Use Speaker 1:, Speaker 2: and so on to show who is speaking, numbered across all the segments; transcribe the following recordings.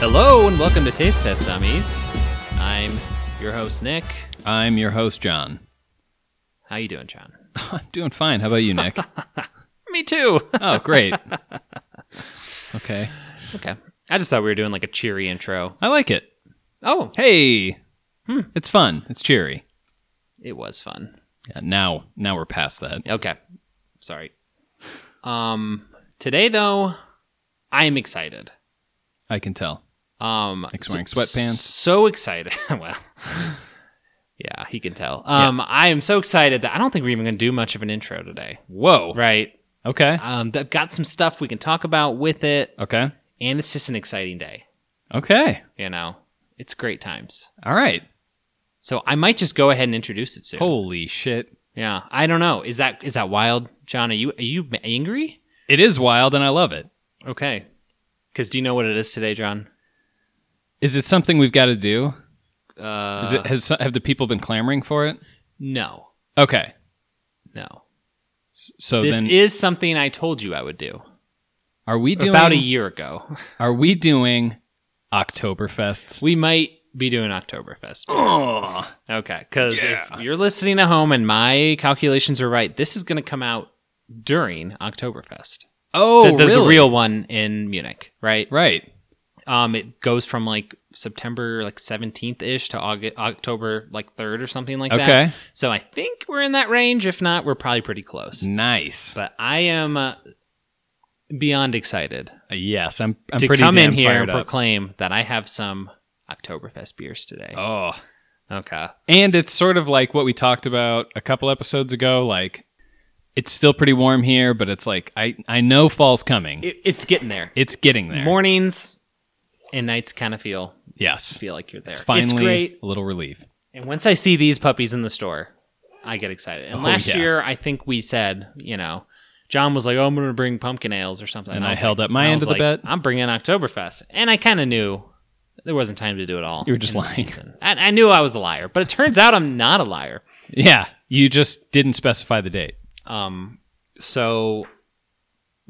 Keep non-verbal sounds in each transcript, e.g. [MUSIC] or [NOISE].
Speaker 1: Hello and welcome to Taste Test Dummies. I'm your host Nick.
Speaker 2: I'm your host, John. [LAUGHS]
Speaker 1: How you doing, John?
Speaker 2: I'm doing fine. How about you, Nick?
Speaker 1: Me too. [LAUGHS]
Speaker 2: oh, great. Okay.
Speaker 1: okay. I just thought we were doing like a cheery intro.
Speaker 2: I like it.
Speaker 1: Oh,
Speaker 2: Hey.
Speaker 1: Hmm.
Speaker 2: It's fun. It's cheery.
Speaker 1: it was fun.
Speaker 2: Yeah, now now we're past that.
Speaker 1: Okay. Sorry. Um today though, I am excited.
Speaker 2: I can tell.
Speaker 1: Um
Speaker 2: Nick's wearing sweatpants.
Speaker 1: So excited. [LAUGHS] well, yeah, he can tell. Um I am so excited that I don't think we're even going to do much of an intro today.
Speaker 2: Whoa.
Speaker 1: Right.
Speaker 2: Okay.
Speaker 1: Um I've got some stuff we can talk about with it
Speaker 2: Okay.
Speaker 1: and it's just an exciting day,
Speaker 2: Okay.
Speaker 1: you know. It's great times.
Speaker 2: All right.
Speaker 1: So I might just go ahead and introduce it soon.
Speaker 2: Holy shit.
Speaker 1: Yeah, I don't know. Is that is that wild, John? Are you are you angry?
Speaker 2: It is wild and I love it.
Speaker 1: Okay. Because do you know what it is today, John?
Speaker 2: Is it something we've got to do?
Speaker 1: Uh,
Speaker 2: Is it has have the people been clamoring for it?
Speaker 1: no,
Speaker 2: Okay.
Speaker 1: no.
Speaker 2: So
Speaker 1: this
Speaker 2: then
Speaker 1: is something I told you I would do
Speaker 2: are we doing
Speaker 1: about a year ago.
Speaker 2: are we doing Oktoberfest?
Speaker 1: We might be doing Oktoberfest. [GASPS]
Speaker 2: Oh.
Speaker 1: Okay, because
Speaker 2: Yeah.
Speaker 1: if you're listening at home and my calculations are right, this is going to come out during Oktoberfest.
Speaker 2: Oh,
Speaker 1: the, the,
Speaker 2: really?
Speaker 1: the real one in Munich, right?
Speaker 2: Right.
Speaker 1: Um, it goes from like September like 17th ish to August, October like 3rd or something like that.
Speaker 2: Okay.
Speaker 1: So I think we're in that range. If not, we're probably pretty close.
Speaker 2: Mm. Nice.
Speaker 1: But I am uh, beyond excited
Speaker 2: Uh, Yes, I'm. I'm
Speaker 1: to
Speaker 2: pretty
Speaker 1: come
Speaker 2: damn
Speaker 1: in here
Speaker 2: fired
Speaker 1: and
Speaker 2: up.
Speaker 1: proclaim that I have some Oktoberfest beers today.
Speaker 2: Oh,
Speaker 1: Okay.
Speaker 2: and it's sort of like what we talked about a couple episodes ago. Like, it's still pretty warm here, but it's like I I know fall's coming.
Speaker 1: It, it's getting there.
Speaker 2: it's getting there.
Speaker 1: Mornings and nights kind of feel
Speaker 2: yes,
Speaker 1: feel like you're there. It's
Speaker 2: finally
Speaker 1: great.
Speaker 2: a little relief.
Speaker 1: And once I see these puppies in the store, I get excited. And
Speaker 2: Oh,
Speaker 1: last
Speaker 2: yeah.
Speaker 1: year, I think we said, you know, John was like, "Oh, I'm going to bring pumpkin ales or something,"
Speaker 2: And I
Speaker 1: was
Speaker 2: held
Speaker 1: like-
Speaker 2: up
Speaker 1: I
Speaker 2: my end
Speaker 1: was
Speaker 2: of the
Speaker 1: like,
Speaker 2: bet.
Speaker 1: I'm bringing Oktoberfest, and I kind of knew there wasn't time to do it all.
Speaker 2: You were just
Speaker 1: in the
Speaker 2: lying.
Speaker 1: season. I, I knew I was a liar, but it turns out I'm not a liar.
Speaker 2: Yeah, you just didn't specify the date.
Speaker 1: Um, so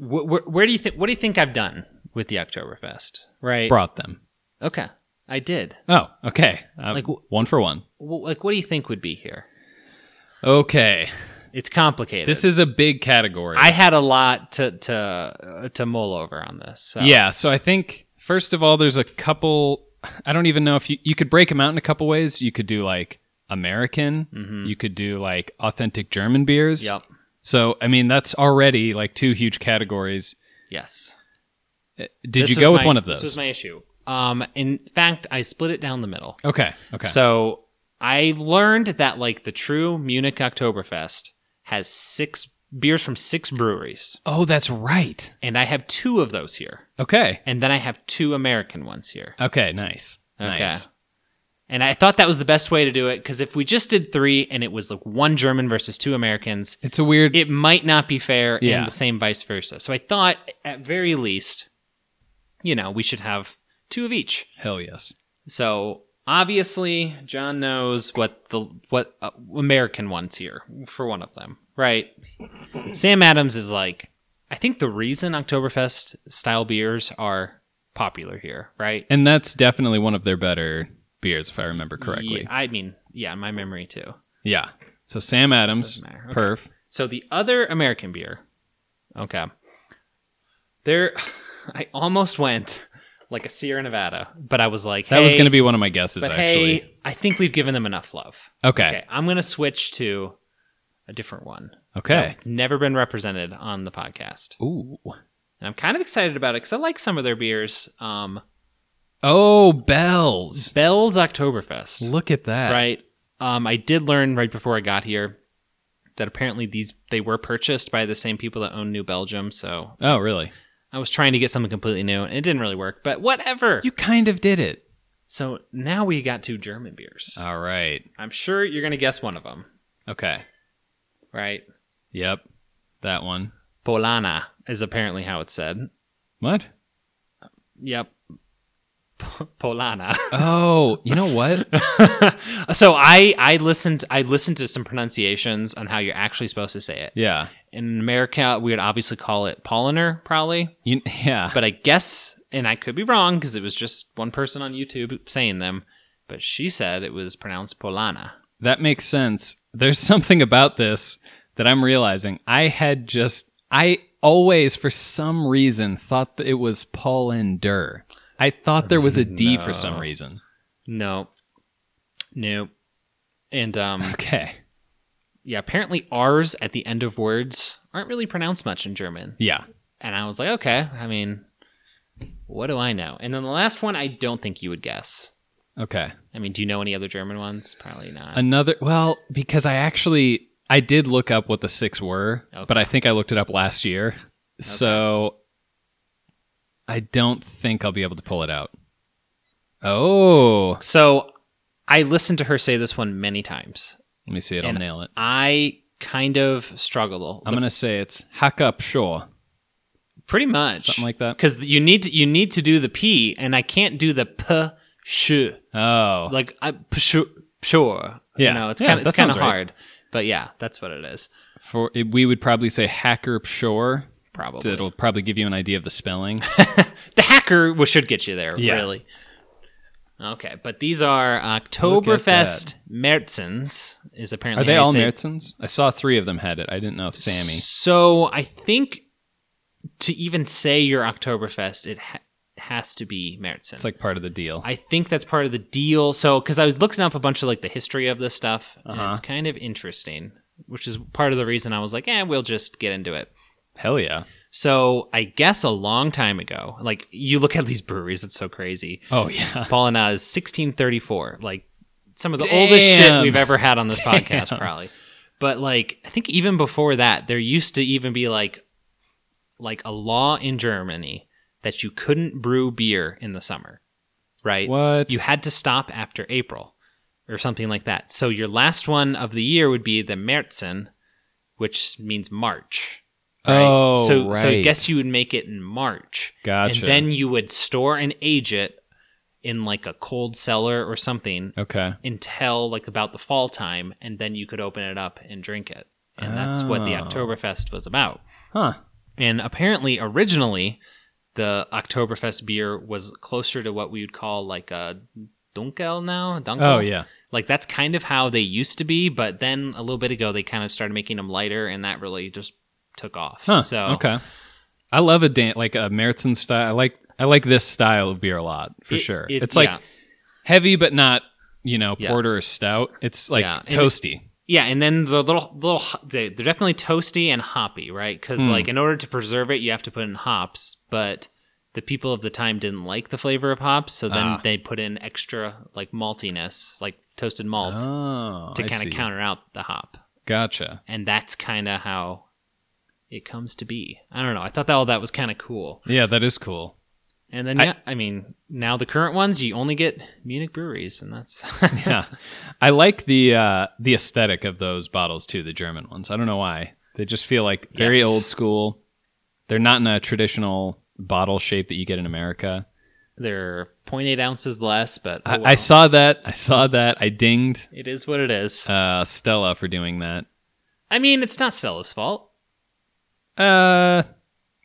Speaker 1: wh- wh- where do you think? What do you think I've done with the Oktoberfest? Right?
Speaker 2: Brought them.
Speaker 1: Okay, I did.
Speaker 2: Oh, okay. Um,
Speaker 1: Like w-
Speaker 2: one for one.
Speaker 1: W- like, what do you think would be here?
Speaker 2: Okay,
Speaker 1: It's complicated.
Speaker 2: this is a big category.
Speaker 1: I had a lot to to uh, to mull over on this. So.
Speaker 2: Yeah, so I think first of all, there's a couple. I don't even know if you you could break them out in a couple ways. You could do like American. You could do like authentic German beers.
Speaker 1: Mm-hmm. Yep.
Speaker 2: So I mean, that's already like two huge categories.
Speaker 1: Yes.
Speaker 2: Did
Speaker 1: This
Speaker 2: you
Speaker 1: was
Speaker 2: go with
Speaker 1: my-
Speaker 2: one of
Speaker 1: This was
Speaker 2: those?
Speaker 1: my issue. Um, in fact, I split it down the middle.
Speaker 2: okay. Okay.
Speaker 1: So I learned that like the true Munich Oktoberfest has six beers from six breweries,
Speaker 2: oh, that's right.
Speaker 1: and I have two of those here,
Speaker 2: Okay.
Speaker 1: and then I have two American ones here.
Speaker 2: Okay. Nice.
Speaker 1: Okay.
Speaker 2: Nice.
Speaker 1: And I thought that was the best way to do it because if we just did three and it was like one German versus two Americans,
Speaker 2: It's a weird.
Speaker 1: it might not be fair
Speaker 2: Yeah.
Speaker 1: and the same vice versa. So I thought at very least, you know, we should have two of each.
Speaker 2: hell yes.
Speaker 1: So obviously John knows what the what uh, American ones here for one of them, right? Sam Adams is like I think the reason Oktoberfest style beers are popular here, right?
Speaker 2: And that's definitely one of their better beers, if I remember correctly.
Speaker 1: Yeah, I mean, yeah, my memory too.
Speaker 2: Yeah. So Sam Adams,
Speaker 1: Doesn't matter. Okay.
Speaker 2: Perf.
Speaker 1: So the other American beer. Okay. There I almost went like a Sierra Nevada, but I was like,
Speaker 2: That was
Speaker 1: hey,
Speaker 2: going to be one of my guesses,
Speaker 1: but
Speaker 2: actually.
Speaker 1: hey, I think we've given them enough love.
Speaker 2: okay.
Speaker 1: Okay, I'm gonna switch to a different one.
Speaker 2: Okay.
Speaker 1: It's never been represented on the podcast.
Speaker 2: Ooh.
Speaker 1: And I'm kind of excited about it because I like some of their beers. Um
Speaker 2: Oh, bells.
Speaker 1: Bell's Oktoberfest.
Speaker 2: Look at that.
Speaker 1: right? Um, I did learn right before I got here that apparently these they were purchased by the same people that own New Belgium. So
Speaker 2: Oh, really?
Speaker 1: I was trying to get something completely new, and it didn't really work. But whatever.
Speaker 2: You kind of did it.
Speaker 1: so now we got two German beers.
Speaker 2: All right.
Speaker 1: I'm sure you're gonna guess one of them,
Speaker 2: Okay.
Speaker 1: right?
Speaker 2: Yep. That one.
Speaker 1: Polana is apparently how it's said.
Speaker 2: What?
Speaker 1: Yep. P- Polana. [LAUGHS]
Speaker 2: Oh, you know what? [LAUGHS]
Speaker 1: so I I listened I listened to some pronunciations on how you're actually supposed to say it.
Speaker 2: yeah.
Speaker 1: In America, we would obviously call it polliner, probably.
Speaker 2: You, yeah.
Speaker 1: but I guess and I could be wrong because it was just one person on YouTube saying them, but she said it was pronounced Polana.
Speaker 2: That makes sense. There's something about this that I'm realizing. I had just, I always, for some reason, thought that it was Paul and Durr. I thought there was a D for some
Speaker 1: No.
Speaker 2: reason.
Speaker 1: No, no, and um,
Speaker 2: Okay.
Speaker 1: yeah, apparently R's at the end of words aren't really pronounced much in German.
Speaker 2: Yeah.
Speaker 1: And I was like, okay, I mean, what do I know? And then the last one, I don't think you would guess.
Speaker 2: Okay.
Speaker 1: I mean, do you know any other German ones? Probably not.
Speaker 2: Another, well, because I actually, I did look up what the six were,
Speaker 1: Okay.
Speaker 2: but I think I looked it up last year. So I don't think I'll be able to pull it out. Oh, let
Speaker 1: so I listened to her say this one many times.
Speaker 2: me see it. I'll
Speaker 1: And
Speaker 2: nail it.
Speaker 1: I kind of struggle.
Speaker 2: I'm going to say it's hack up Shaw,
Speaker 1: pretty much
Speaker 2: something like that.
Speaker 1: because you need to, you need to do the p, and I can't do the p sh
Speaker 2: Oh,
Speaker 1: like I p sh sure.
Speaker 2: Yeah.
Speaker 1: you know, it's
Speaker 2: Yeah,
Speaker 1: kind of
Speaker 2: that
Speaker 1: it's kind of
Speaker 2: sounds right.
Speaker 1: hard. But yeah, that's what it is.
Speaker 2: for it, we would probably say hacker Shore.
Speaker 1: Probably
Speaker 2: It'll probably give you an idea of
Speaker 1: [LAUGHS]
Speaker 2: the spelling.
Speaker 1: the hacker wa- should get you there,
Speaker 2: Yeah.
Speaker 1: really. Okay, but these are
Speaker 2: that.
Speaker 1: Oktoberfest Merzens is apparently
Speaker 2: Are they
Speaker 1: how you
Speaker 2: all
Speaker 1: say-
Speaker 2: Mertzens? I saw three of them had it. I didn't know if Sammy.
Speaker 1: So I think to even say your Oktoberfest, it ha- has to be Mertzen.
Speaker 2: It's like part of the deal.
Speaker 1: I think that's part of the deal. So because I was looking up a bunch of like the history of this stuff,
Speaker 2: Uh-huh.
Speaker 1: and it's kind of interesting, which is part of the reason I was like, eh, we'll just get into it.
Speaker 2: Hell yeah.
Speaker 1: So I guess a long time ago, like you look at these breweries, it's so crazy.
Speaker 2: Oh yeah.
Speaker 1: Paulina is 1634. Like some of the
Speaker 2: Damn.
Speaker 1: oldest shit we've ever had on this podcast,
Speaker 2: [LAUGHS] Damn.
Speaker 1: probably. But like, I think even before that, there used to even be like, like a law in Germany that you couldn't brew beer in the summer, right?
Speaker 2: What?
Speaker 1: You had to stop after April or something like that. So your last one of the year would be the Märzen, which means March. right?
Speaker 2: Oh,
Speaker 1: so
Speaker 2: right.
Speaker 1: so I guess you would make it in March.
Speaker 2: Gotcha.
Speaker 1: And then you would store and age it in like a cold cellar or something
Speaker 2: okay.
Speaker 1: until like about the fall time, and then you could open it up and drink it. And that's what the
Speaker 2: Oh.
Speaker 1: Oktoberfest was about.
Speaker 2: Huh.
Speaker 1: And apparently, originally, the Oktoberfest beer was closer to what we would call like a Dunkel now. Dunkel?
Speaker 2: Oh yeah.
Speaker 1: Like that's kind of how they used to be, but then a little bit ago, they kind of started making them lighter, and that really just took off.
Speaker 2: Huh.
Speaker 1: So,
Speaker 2: okay. I love a dan- like a Meritzen style. I like I like this style of beer a lot for
Speaker 1: it-
Speaker 2: sure.
Speaker 1: it-
Speaker 2: it's like
Speaker 1: yeah.
Speaker 2: heavy but not you know
Speaker 1: Yeah.
Speaker 2: porter or stout. It's like
Speaker 1: Yeah. And it-
Speaker 2: toasty.
Speaker 1: Yeah, and then the little little ho- they- they're definitely toasty and hoppy, right? Because
Speaker 2: Hmm.
Speaker 1: like in order to preserve it, you have to put in hops. But the people of the time didn't like the flavor of hops, so then
Speaker 2: Ah.
Speaker 1: they put in extra like maltiness, like toasted malt,
Speaker 2: oh,
Speaker 1: to
Speaker 2: I
Speaker 1: kind
Speaker 2: see.
Speaker 1: of counter out the hop.
Speaker 2: Gotcha.
Speaker 1: And that's kind of how it comes to be. I don't know. I thought that all that was kind of cool.
Speaker 2: Yeah, that
Speaker 1: [LAUGHS]
Speaker 2: is cool.
Speaker 1: And then
Speaker 2: I-
Speaker 1: yeah, I mean, now the current ones you only get Munich breweries, and that's [LAUGHS]
Speaker 2: yeah, [LAUGHS] I like the uh, the aesthetic of those bottles too. The German ones. I don't know why they just feel like very
Speaker 1: Yes.
Speaker 2: old school. They're not in a traditional bottle shape that you get in America.
Speaker 1: they're 0.8 ounces less. But oh
Speaker 2: I, I
Speaker 1: well.
Speaker 2: saw that. I saw that. I dinged
Speaker 1: it is what it is.
Speaker 2: uh, Stella for doing that.
Speaker 1: I mean, it's not Stella's fault.
Speaker 2: Uh,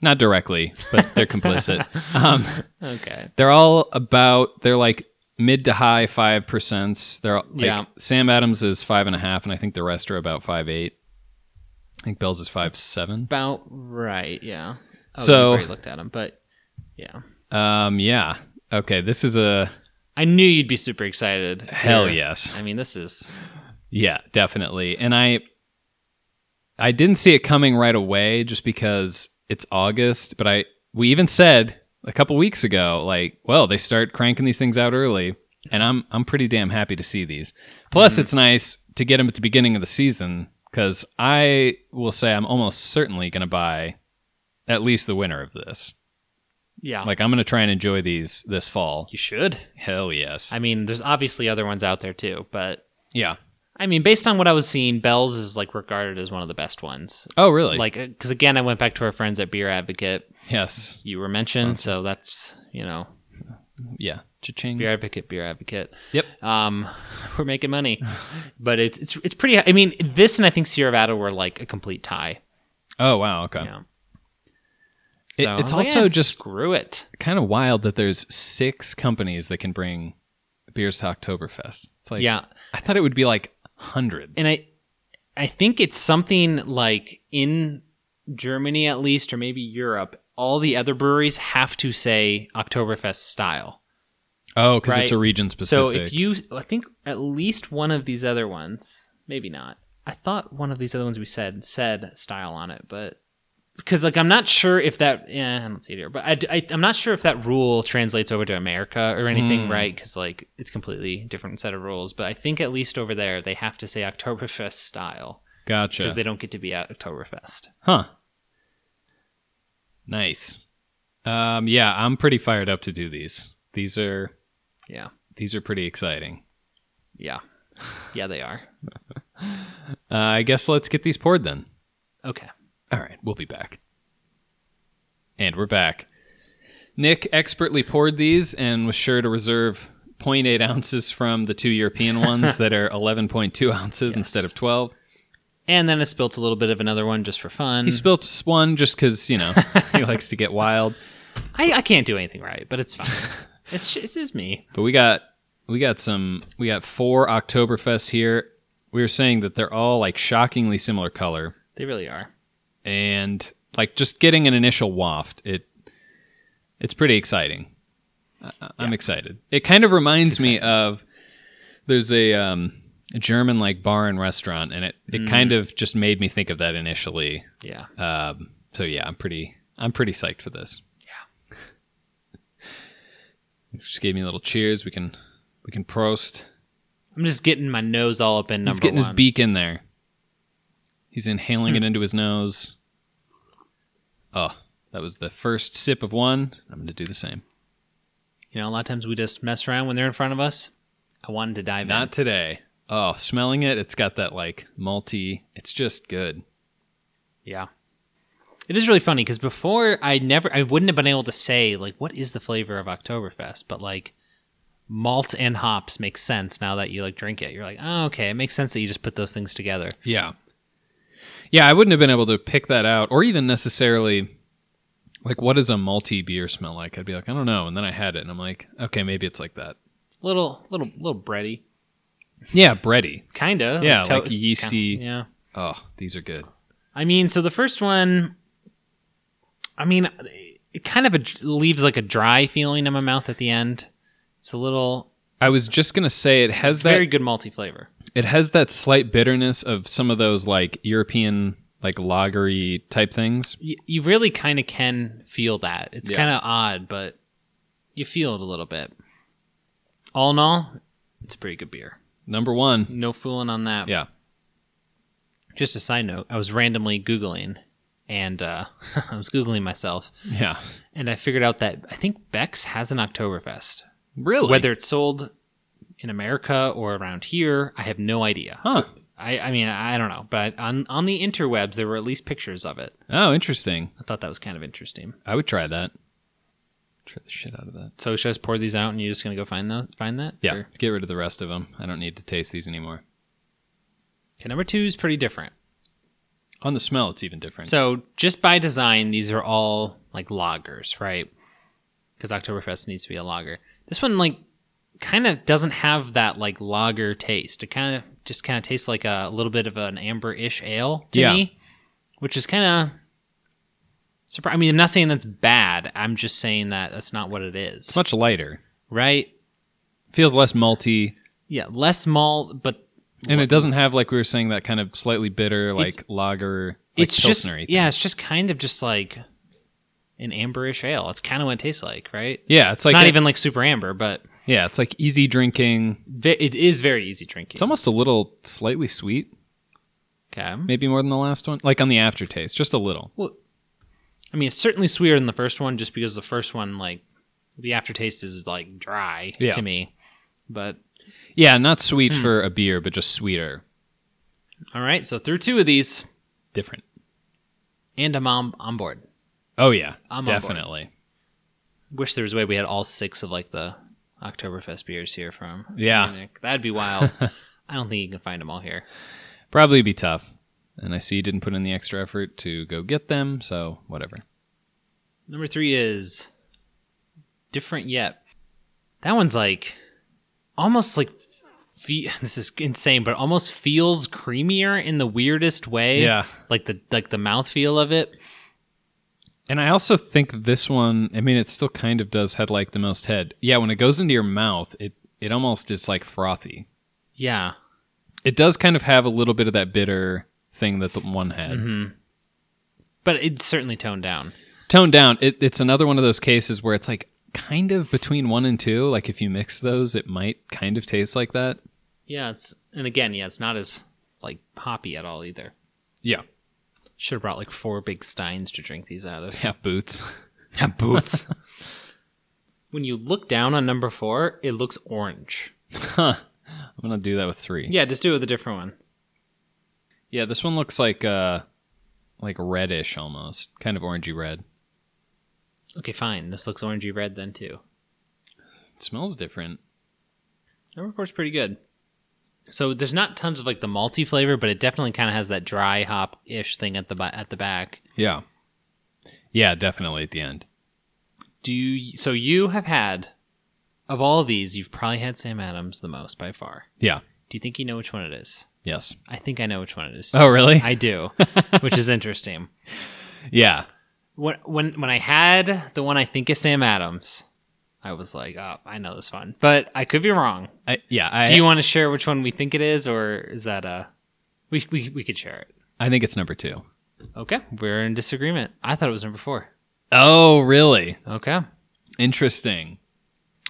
Speaker 2: not directly, but they're complicit. Um,
Speaker 1: Okay.
Speaker 2: they're all about. They're like mid to high five percents. They're all, like,
Speaker 1: Yeah.
Speaker 2: Sam Adams is five and a half, and I think the rest are about five eight. I think Bell's is five seven.
Speaker 1: About right, yeah.
Speaker 2: So-
Speaker 1: you already looked at him, but yeah.
Speaker 2: Um, yeah. Okay, this is a
Speaker 1: I knew you'd be super excited.
Speaker 2: hell
Speaker 1: here.
Speaker 2: yes.
Speaker 1: I mean, this is
Speaker 2: Yeah, definitely. And I I didn't see it coming right away just because it's August, but I we even said a couple weeks ago like, well, they start cranking these things out early, and I'm I'm pretty damn happy to see these. Plus
Speaker 1: Mm-hmm.
Speaker 2: it's nice to get them at the beginning of the season cuz I will say I'm almost certainly going to buy at least the winner of this.
Speaker 1: yeah.
Speaker 2: Like I'm going to try and enjoy these this fall.
Speaker 1: you should.
Speaker 2: Hell yes.
Speaker 1: I mean, there's obviously other ones out there too, but
Speaker 2: yeah.
Speaker 1: I mean, based on what I was seeing, Bell's is like regarded as one of the best ones.
Speaker 2: Oh, really?
Speaker 1: Like, because again, I went back to our friends at Beer Advocate.
Speaker 2: yes.
Speaker 1: You were mentioned, so that's you know,
Speaker 2: Yeah. Cha-ching.
Speaker 1: Beer Advocate, Beer Advocate.
Speaker 2: Yep.
Speaker 1: Um, [LAUGHS] we're making money, but it's it's it's pretty. I mean, this and I think Sierra Vada were like a complete tie.
Speaker 2: Oh wow. Okay.
Speaker 1: Yeah. So
Speaker 2: It-
Speaker 1: I
Speaker 2: it's
Speaker 1: was like,
Speaker 2: also
Speaker 1: "Eh,
Speaker 2: just-
Speaker 1: screw it.
Speaker 2: Kind of wild that there's six companies that can bring beers to Oktoberfest. It's like
Speaker 1: yeah,
Speaker 2: I thought it would be like hundreds.
Speaker 1: and I, I think it's something like in Germany at least, or maybe Europe. All the other breweries have to say Oktoberfest style.
Speaker 2: oh, because it's
Speaker 1: Right.
Speaker 2: a region
Speaker 1: So if
Speaker 2: specific.
Speaker 1: you, I think at least one of these other ones, maybe not. I thought one of these other ones we said said style on it, but because like I'm not sure if that. Yeah, I don't see it here, but I, am not sure if that rule translates over to America or anything,
Speaker 2: Hmm.
Speaker 1: right? Because like it's completely different set of rules. But I think at least over there they have to say Oktoberfest style
Speaker 2: gotcha.
Speaker 1: because they don't get to be at Oktoberfest.
Speaker 2: Huh. Nice. Um, yeah, I'm pretty fired up to do these. These are
Speaker 1: Yeah.
Speaker 2: these are pretty exciting.
Speaker 1: Yeah, yeah, they are.
Speaker 2: Uh, I guess let's get these poured then.
Speaker 1: Okay.
Speaker 2: All right, we'll be back. And we're back. Nick expertly poured these and was sure to reserve 0.8 ounces from the two European ones that are 11.2 ounces
Speaker 1: Yes.
Speaker 2: instead of 12.
Speaker 1: And then I spilt a little bit of another one just for fun.
Speaker 2: He spilt s- one just because, you know, he likes to get wild.
Speaker 1: I, I can't do anything right, but
Speaker 2: [LAUGHS]
Speaker 1: it's fine. it's it's just me.
Speaker 2: But we got we got some we got four Oktoberfests here. We were saying that they're all like shockingly similar color
Speaker 1: They really are.
Speaker 2: and like just getting an initial waft, it it's pretty exciting. I, I- I'm excited. It kind of reminds me of there's a um a German like bar and restaurant and it it kind of just made me think of that initially.
Speaker 1: Yeah.
Speaker 2: Um so yeah, I'm pretty I'm pretty psyched for this. Yeah. Just gave me a little cheers. We can we can prost.
Speaker 1: I'm just getting my nose all up in number
Speaker 2: He's getting
Speaker 1: one.
Speaker 2: his beak in there. He's inhaling it into his nose. Oh, that was the first sip of one. I'm going to do the same.
Speaker 1: you know, a lot of times we just mess around when they're in front of us. I wanted to dive
Speaker 2: Not today. Oh, smelling it, it's got that like malty. It's just good.
Speaker 1: in. Yeah. It is really funny because before I never, I wouldn't have been able to say like, what is the flavor of Oktoberfest? But like, malt and hops makes sense now that you like drink it. You're like, oh, okay, it makes sense that you just put those things together.
Speaker 2: Yeah. Yeah, I wouldn't have been able to pick that out or even necessarily like what does a malty beer smell like? I'd be like, I don't know. And then I had it and I'm like, okay, maybe it's like that.
Speaker 1: Little, little, little bready,
Speaker 2: Yeah, bready.
Speaker 1: kind of.
Speaker 2: Yeah, like yeasty.
Speaker 1: yeah.
Speaker 2: Oh, these are good.
Speaker 1: I mean, so the first one, I mean, it kind of a, leaves like a dry feeling in my mouth at the end. It's a little
Speaker 2: I was just going to say it has that
Speaker 1: very good malty flavor.
Speaker 2: It has that slight bitterness of some of those like European like lagery type things.
Speaker 1: You, you really kind of can feel that. It's
Speaker 2: Yeah.
Speaker 1: kind of odd, but you feel it a little bit. All in all, it's a pretty good beer.
Speaker 2: Number one.
Speaker 1: No fooling on that.
Speaker 2: Yeah.
Speaker 1: Just a side note, I was randomly googling, and uh, [LAUGHS] I was googling myself,
Speaker 2: Yeah.
Speaker 1: and I figured out that I think Beck's has an Oktoberfest.
Speaker 2: Really?
Speaker 1: Whether it's sold in America or around here, I have no idea.
Speaker 2: Huh.
Speaker 1: I, I mean, I don't know, but on on the interwebs there were at least pictures of it.
Speaker 2: Oh, interesting.
Speaker 1: I thought that was kind of interesting.
Speaker 2: I would try that. Try the shit out of that.
Speaker 1: So should I just pour these out, and you're just gonna go find that? Find that?
Speaker 2: Yeah.
Speaker 1: Or-
Speaker 2: Get rid of the rest of them. I don't need to taste these anymore.
Speaker 1: Okay, number two is pretty different.
Speaker 2: On the smell, it's even different.
Speaker 1: So just by design, these are all like loggers, right? Because Oktoberfest needs to be a lager. This one like kind of doesn't have that like lager taste. It kind of just kind of tastes like a, little bit of an amber-ish ale to
Speaker 2: Yeah.
Speaker 1: me, which is kind of surprising. I mean, I'm not saying that's bad. I'm just saying that that's not what it
Speaker 2: it's
Speaker 1: is,
Speaker 2: much lighter.
Speaker 1: right?
Speaker 2: Feels less malty,
Speaker 1: Yeah, less malt, but
Speaker 2: and it doesn't have like we were saying that kind of slightly bitter like lager. Like
Speaker 1: it's just
Speaker 2: Pilsnery thing.
Speaker 1: yeah, it's just kind of just like an amberish ale. It's kind of what it tastes like, right?
Speaker 2: yeah. It's
Speaker 1: It's
Speaker 2: like
Speaker 1: not even like super amber, but
Speaker 2: yeah. It's like easy drinking.
Speaker 1: Ve- It is very easy drinking.
Speaker 2: It's almost a little slightly sweet.
Speaker 1: okay.
Speaker 2: maybe more than the last one like on the aftertaste just a little
Speaker 1: I mean, it's certainly sweeter than the first one, just because the first one, like, the aftertaste is like dry
Speaker 2: Yeah.
Speaker 1: to me. But
Speaker 2: yeah not sweet
Speaker 1: Hmm.
Speaker 2: for a beer but just sweeter
Speaker 1: all right, so through two of these,
Speaker 2: different
Speaker 1: and I'm on, on board.
Speaker 2: oh yeah
Speaker 1: I'm on board.
Speaker 2: definitely
Speaker 1: Wish there was a way we had all six of like the Oktoberfest beers here from
Speaker 2: Yeah.
Speaker 1: Munich. That'd be
Speaker 2: [LAUGHS]
Speaker 1: wild. I don't think you can find them all here.
Speaker 2: probably be tough and i see you didn't put in the extra effort to go get them so whatever
Speaker 1: Number three is different yet. That one's like almost like fe- [LAUGHS] this is insane, but almost feels creamier in the weirdest way.
Speaker 2: Yeah.
Speaker 1: like the like the mouthfeel of it.
Speaker 2: And I also think this one, I mean, it still kind of does head like the most head. Yeah, when it goes into your mouth, it, it almost is like frothy.
Speaker 1: Yeah,
Speaker 2: It does kind of have a little bit of that bitter thing that the one had.
Speaker 1: but it's certainly toned down.
Speaker 2: Toned down, it, it's another one of those cases where it's like kind of between one and two. Like if you mix those, it might kind of taste like that.
Speaker 1: Yeah, it's and again, yeah, it's not as like hoppy at all either.
Speaker 2: Yeah.
Speaker 1: Should have brought like four big steins to drink these out of.
Speaker 2: Yeah, boots.
Speaker 1: boots. when you look down on number four, it looks orange.
Speaker 2: [LAUGHS] huh. I'm going to do that with three.
Speaker 1: Yeah, just do it with a different one.
Speaker 2: Yeah, this one looks like uh like reddish almost, kind of orangey red.
Speaker 1: Okay, fine. This looks orangey red then too.
Speaker 2: It smells different.
Speaker 1: Number four's pretty good. So there's not tons of like the malty flavor, but it definitely kind of has that dry hop ish thing at the bu- at the back.
Speaker 2: Yeah. Yeah, definitely at the end.
Speaker 1: Do you, so. You have had of all these, you've probably had Sam Adams the most by far.
Speaker 2: Yeah.
Speaker 1: Do you think you know which one it is?
Speaker 2: Yes.
Speaker 1: I think I know which one it is.
Speaker 2: Oh, really?
Speaker 1: I
Speaker 2: [LAUGHS]
Speaker 1: do, which is interesting.
Speaker 2: yeah.
Speaker 1: When when when I had the one I think is Sam Adams, I was like, oh, I know this one, but I could be wrong.
Speaker 2: I, yeah, I
Speaker 1: Do you want to share which one we think it is, or is that a we we we could share it?
Speaker 2: I think it's number 2.
Speaker 1: Okay, we're in disagreement. I thought it was number four.
Speaker 2: Oh, really?
Speaker 1: Okay,
Speaker 2: Interesting.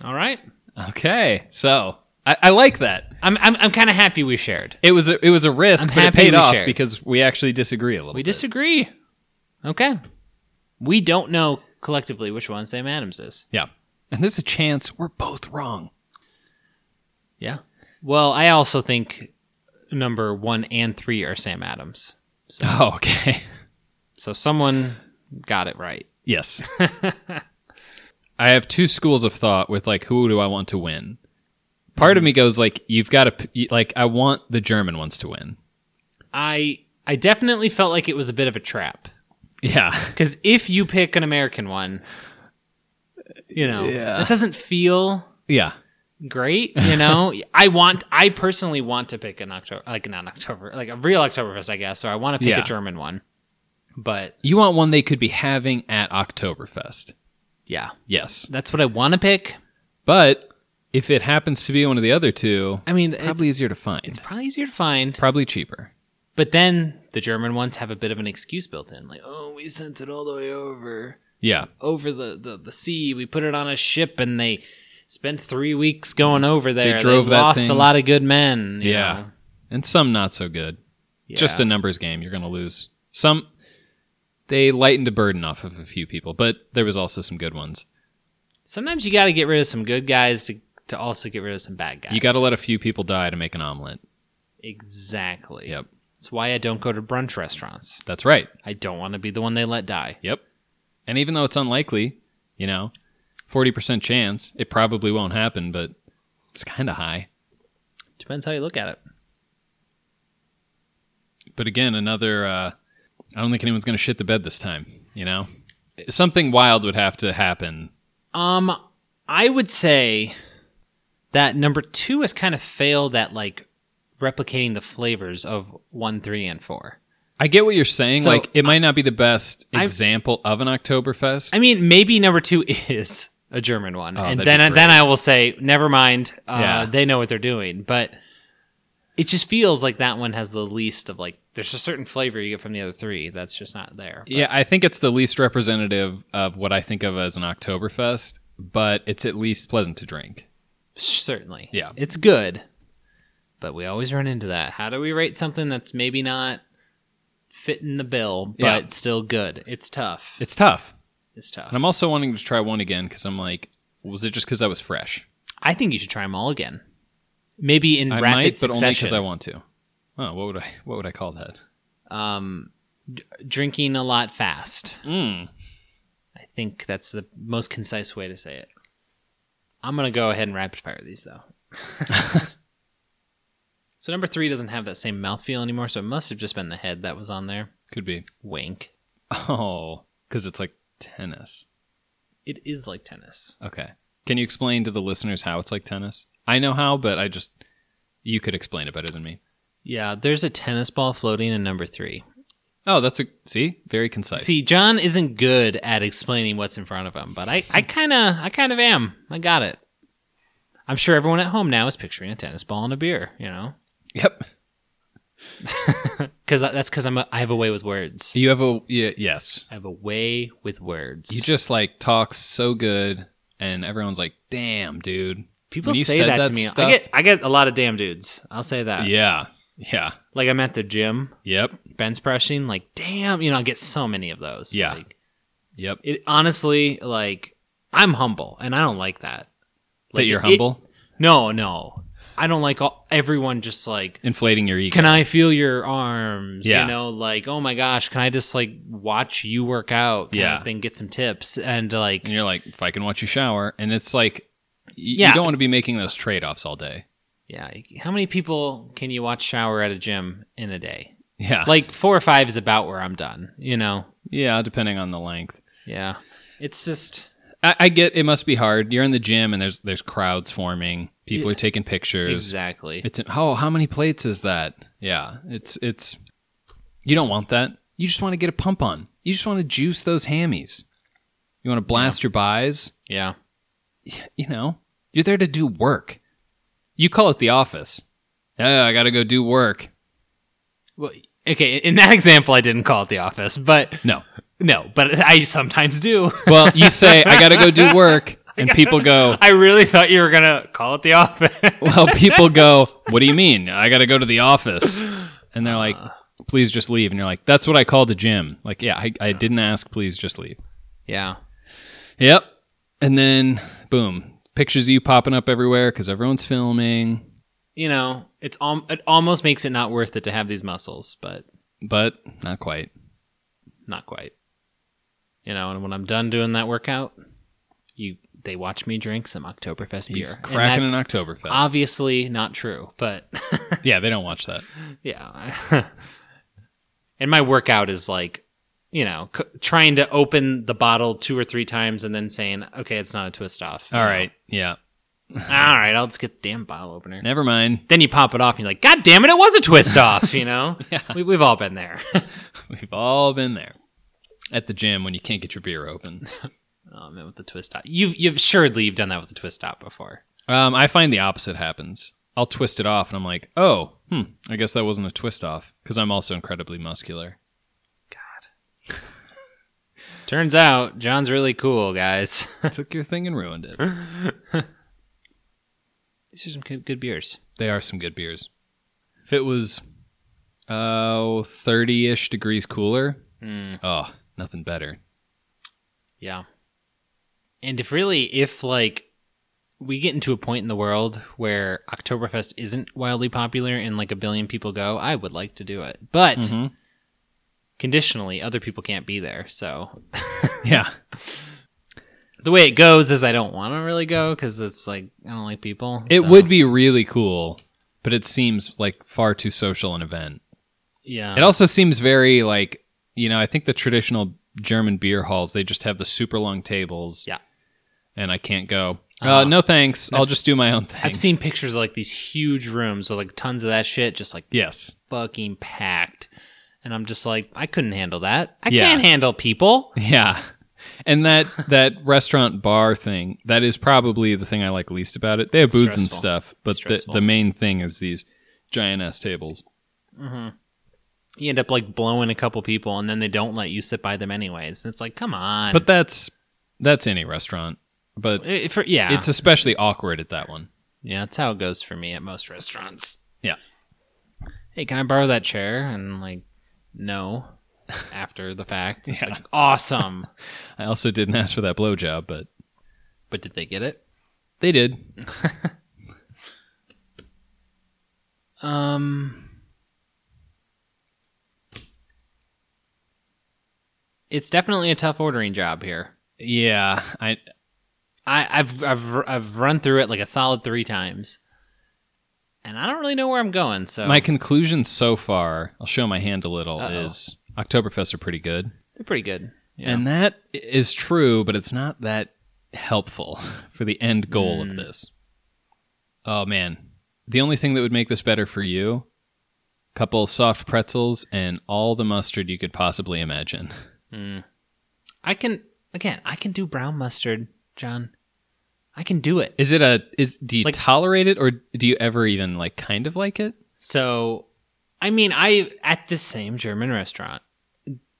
Speaker 1: all right.
Speaker 2: Okay. So, I, I like that.
Speaker 1: I'm I'm, I'm kind of happy we shared.
Speaker 2: It was a, it was a risk,
Speaker 1: I'm
Speaker 2: but it
Speaker 1: happy
Speaker 2: paid
Speaker 1: we
Speaker 2: off
Speaker 1: shared.
Speaker 2: because we actually disagree a little
Speaker 1: We
Speaker 2: bit.
Speaker 1: disagree. Okay, we don't know collectively which one Sam Adams is.
Speaker 2: Yeah. And there's a chance we're both wrong.
Speaker 1: Yeah. Well, I also think number one and three are Sam Adams.
Speaker 2: Oh, okay. [LAUGHS]
Speaker 1: So someone got it right.
Speaker 2: [LAUGHS] Yes. I have two schools of thought with like who do I want to win? Part of me goes like you've got to like I want the German ones to win.
Speaker 1: I I definitely felt like it was a bit of a trap
Speaker 2: Yeah.
Speaker 1: because if you pick an American one, you know,
Speaker 2: Yeah.
Speaker 1: it doesn't feel
Speaker 2: [LAUGHS] Yeah.
Speaker 1: great. You know,
Speaker 2: [LAUGHS]
Speaker 1: I want I personally want to pick an October like not an October like a real Oktoberfest, I guess, or I want to pick
Speaker 2: Yeah.
Speaker 1: a German one. But
Speaker 2: You want one they could be having at Oktoberfest.
Speaker 1: yeah,
Speaker 2: Yes.
Speaker 1: that's what I want to pick.
Speaker 2: But if it happens to be one of the other two,
Speaker 1: I mean,
Speaker 2: probably
Speaker 1: it's,
Speaker 2: easier to
Speaker 1: it's
Speaker 2: find.
Speaker 1: probably easier to find.
Speaker 2: Probably cheaper.
Speaker 1: But then the German ones have a bit of an excuse built in, like, oh, we sent it all the way over
Speaker 2: Yeah.
Speaker 1: over the, the, the sea. We put it on a ship, and they spent three weeks going over there. They
Speaker 2: drove that
Speaker 1: lost
Speaker 2: thing.
Speaker 1: a lot of good men. you
Speaker 2: Yeah.
Speaker 1: know?
Speaker 2: And some not so good.
Speaker 1: yeah,
Speaker 2: Just a numbers game. You're going to lose. Some they lightened a burden off of a few people, but there was also some good ones.
Speaker 1: Sometimes you got to get rid of some good guys to to also get rid of some bad guys.
Speaker 2: You got to let a few people die to make an omelet.
Speaker 1: exactly.
Speaker 2: Yep.
Speaker 1: That's why I don't go to brunch restaurants.
Speaker 2: That's right.
Speaker 1: I don't want to be the one they let die.
Speaker 2: Yep. And even though it's unlikely, you know, 40% chance, it probably won't happen, but it's kind of high.
Speaker 1: Depends how you look at it.
Speaker 2: But again, another, uh, I don't think anyone's going to shit the bed this time, you know? Something wild would have to happen.
Speaker 1: Um, I would say that number two has kind of failed at like replicating the flavors of one, three, and four.
Speaker 2: I get what you're saying.
Speaker 1: So,
Speaker 2: like, it might not be the best
Speaker 1: I-
Speaker 2: example of an Oktoberfest.
Speaker 1: I mean, maybe number two [LAUGHS] is a German one,
Speaker 2: Oh,
Speaker 1: and
Speaker 2: that'd be
Speaker 1: then
Speaker 2: great.
Speaker 1: then I will say, never mind. Uh,
Speaker 2: Yeah.
Speaker 1: they know what they're doing, but it just feels like that one has the least of like. There's a certain flavor you get from the other three that's just not there. But
Speaker 2: yeah, I think it's the least representative of what I think of as an Oktoberfest, but it's at least pleasant to drink.
Speaker 1: certainly.
Speaker 2: Yeah.
Speaker 1: it's good, but we always run into that. How do we rate something that's maybe not fitting the bill, but
Speaker 2: Yeah.
Speaker 1: still good? It's tough.
Speaker 2: It's tough.
Speaker 1: It's tough.
Speaker 2: And I'm also wanting to try one again because I'm like, was it just because I was fresh?
Speaker 1: I think you should try them all again. Maybe in
Speaker 2: I
Speaker 1: rapid
Speaker 2: might, but only
Speaker 1: succession.
Speaker 2: because I want to. Oh, what would I? What would I call that?
Speaker 1: um, d- drinking a lot fast.
Speaker 2: Mm.
Speaker 1: I think that's the most concise way to say it. I'm gonna go ahead and rapid fire these
Speaker 2: [LAUGHS]
Speaker 1: though. so number three doesn't have that same mouthfeel anymore, so it must have just been the head that was on there.
Speaker 2: Could be.
Speaker 1: Wink.
Speaker 2: Oh, because it's like tennis?
Speaker 1: It is like tennis.
Speaker 2: Okay. Can you explain to the listeners how it's like tennis? I know how, but I just you could explain it better than me.
Speaker 1: Yeah, there's a tennis ball floating in number three.
Speaker 2: Oh, that's a see, very concise.
Speaker 1: See, John isn't good at explaining what's in front of him, but I, I kind of, I kind of am. I got it. I'm sure everyone at home now is picturing a tennis ball and a beer. You know,
Speaker 2: Yep.
Speaker 1: because that's because I'm, a, I have a way with words.
Speaker 2: You have a yeah, yes.
Speaker 1: I have a way with words.
Speaker 2: You just like talk so good, and everyone's like, "Damn, dude."
Speaker 1: People
Speaker 2: when you
Speaker 1: say
Speaker 2: said
Speaker 1: that,
Speaker 2: that
Speaker 1: to me. I
Speaker 2: stuff-
Speaker 1: get, I get a lot of damn dudes. I'll say that.
Speaker 2: Yeah. Yeah.
Speaker 1: Like I'm at the gym,
Speaker 2: Yep.
Speaker 1: bench pressing. Like, damn, you know, I get so many of those.
Speaker 2: Yeah.
Speaker 1: Like,
Speaker 2: Yep.
Speaker 1: it honestly, like, I'm humble, and I don't like that.
Speaker 2: that
Speaker 1: Like,
Speaker 2: you're
Speaker 1: it-
Speaker 2: humble,
Speaker 1: No, no. I don't like all, everyone just like,
Speaker 2: inflating your ego.
Speaker 1: can I feel your arms?
Speaker 2: Yeah.
Speaker 1: You know, like, oh my gosh, can I just like watch you work out? kind
Speaker 2: Yeah.
Speaker 1: of Thing, get some tips. And like,
Speaker 2: and you're like, "If I can watch you shower," and it's like, y- you
Speaker 1: Yeah.
Speaker 2: don't want to be making those trade offs all day.
Speaker 1: yeah, how many people can you watch shower at a gym in a day?
Speaker 2: Yeah.
Speaker 1: Like, four or five is about where I'm done, you know?
Speaker 2: yeah, depending on the length.
Speaker 1: Yeah. It's just,
Speaker 2: I, I get it must be hard. You're in the gym and there's there's crowds forming. People
Speaker 1: Yeah.
Speaker 2: are taking pictures.
Speaker 1: exactly.
Speaker 2: It's oh, how many plates is that? Yeah, it's it's. You don't want that. You just want to get a pump on. You just want to juice those hammies. You want to blast your buys.
Speaker 1: yeah.
Speaker 2: You know, you're there to do work. You call it the office. Yeah, I got to go do work.
Speaker 1: Well, okay. In that example, I didn't call it the office, but
Speaker 2: No.
Speaker 1: no, but I sometimes do. [LAUGHS]
Speaker 2: Well, you say I got to go do work, and
Speaker 1: [LAUGHS]
Speaker 2: people go.
Speaker 1: I really thought you were gonna call it the office. [LAUGHS]
Speaker 2: Well, people go. What do you mean? I got to go to the office, and they're like, "Please just leave." And you're like, "That's what I call the gym." Like, yeah, I, I didn't ask. Please just leave.
Speaker 1: yeah,
Speaker 2: Yep. And then boom, pictures of you popping up everywhere because everyone's filming.
Speaker 1: you know, it's al- it almost makes it not worth it to have these muscles, but
Speaker 2: But not quite.
Speaker 1: not quite. You know, and when I'm done doing that workout, you they watch me drink some Oktoberfest beer.
Speaker 2: He's
Speaker 1: And
Speaker 2: cracking an
Speaker 1: that's
Speaker 2: Oktoberfest.
Speaker 1: Obviously not true, but [LAUGHS]
Speaker 2: yeah, they don't watch that.
Speaker 1: yeah. [LAUGHS] I- and my workout is like, you know, c- trying to open the bottle two or three times and then saying, "Okay, it's not a twist off."
Speaker 2: All right. Yeah.
Speaker 1: all right, I'll just get the damn bottle opener.
Speaker 2: Never mind. [LAUGHS]
Speaker 1: then you pop it off and you're like, God damn it, it was a twist off, you know?
Speaker 2: Yeah.
Speaker 1: we, we've all been there. [LAUGHS]
Speaker 2: We've all been there at the gym when you can't get your beer open.
Speaker 1: oh man, with the twist top. You've you've assuredly you've done that with the twist top before.
Speaker 2: Um, I find the opposite happens. I'll twist it off, and I'm like, oh, hmm, I guess that wasn't a twist off because I'm also
Speaker 1: [LAUGHS]
Speaker 2: incredibly muscular.
Speaker 1: Turns out John's really cool, guys.
Speaker 2: Took your thing and ruined it.
Speaker 1: These are some good, good beers.
Speaker 2: They are some good beers. If it was oh 30-ish degrees cooler,
Speaker 1: Mm,
Speaker 2: oh, nothing better.
Speaker 1: yeah. And if really if like we get into a point in the world where Oktoberfest isn't wildly popular and like a billion people go, I would like to do it. But
Speaker 2: Mm-hmm.
Speaker 1: conditionally, other people can't be there, so
Speaker 2: Yeah.
Speaker 1: the way it goes is I don't want to really go because it's like I don't like people.
Speaker 2: It
Speaker 1: so-
Speaker 2: would be really cool, but it seems like far too social an event.
Speaker 1: yeah.
Speaker 2: It also seems very like, you know, I think the traditional German beer halls, they just have the super long tables.
Speaker 1: Yeah.
Speaker 2: And I can't go. Uh,
Speaker 1: Uh-huh.
Speaker 2: no thanks. I'll
Speaker 1: I've s-
Speaker 2: just do my own thing.
Speaker 1: I've seen pictures of like these huge rooms with like tons of that shit, just like
Speaker 2: yes.
Speaker 1: fucking packed. And I'm just like, I couldn't handle that. I
Speaker 2: Yeah.
Speaker 1: can't handle people.
Speaker 2: Yeah.
Speaker 1: [LAUGHS]
Speaker 2: And that that restaurant bar thing, that is probably the thing I like least about it. They have booths and
Speaker 1: Stressful.
Speaker 2: stuff, but the,
Speaker 1: Stressful.
Speaker 2: the main thing is these giant ass tables.
Speaker 1: You end up like blowing a couple people, and then they don't let you sit by them anyways. And it's like, come on.
Speaker 2: But that's that's any restaurant, but
Speaker 1: It- for- yeah,
Speaker 2: it's especially awkward at that one.
Speaker 1: yeah, that's how it goes for me at most restaurants.
Speaker 2: Yeah.
Speaker 1: Hey, can I borrow that chair? And like, no. [LAUGHS] After the fact, it's
Speaker 2: Yeah.
Speaker 1: like awesome. [LAUGHS]
Speaker 2: I also didn't ask for that blowjob, but
Speaker 1: but did they get it?
Speaker 2: they did.
Speaker 1: Um, it's definitely a tough ordering job here.
Speaker 2: Yeah, I
Speaker 1: I, I've I've I've run through it like a solid three times, and I don't really know where I'm going. So
Speaker 2: my conclusion so far, I'll show my hand a little
Speaker 1: Uh-oh.
Speaker 2: is Oktoberfest are pretty good.
Speaker 1: they're pretty good. Yeah.
Speaker 2: And that is true, but it's not that helpful [LAUGHS] for the end goal of
Speaker 1: Mm.
Speaker 2: this. Oh man, the only thing that would make this better for you, couple soft pretzels and all the mustard you could possibly imagine.
Speaker 1: Mm. I can again. I can do brown mustard, John. I can do it.
Speaker 2: Is it a is do you
Speaker 1: Like-
Speaker 2: tolerate it or do you ever even like kind of like it?
Speaker 1: So, I mean, I at the same German restaurant,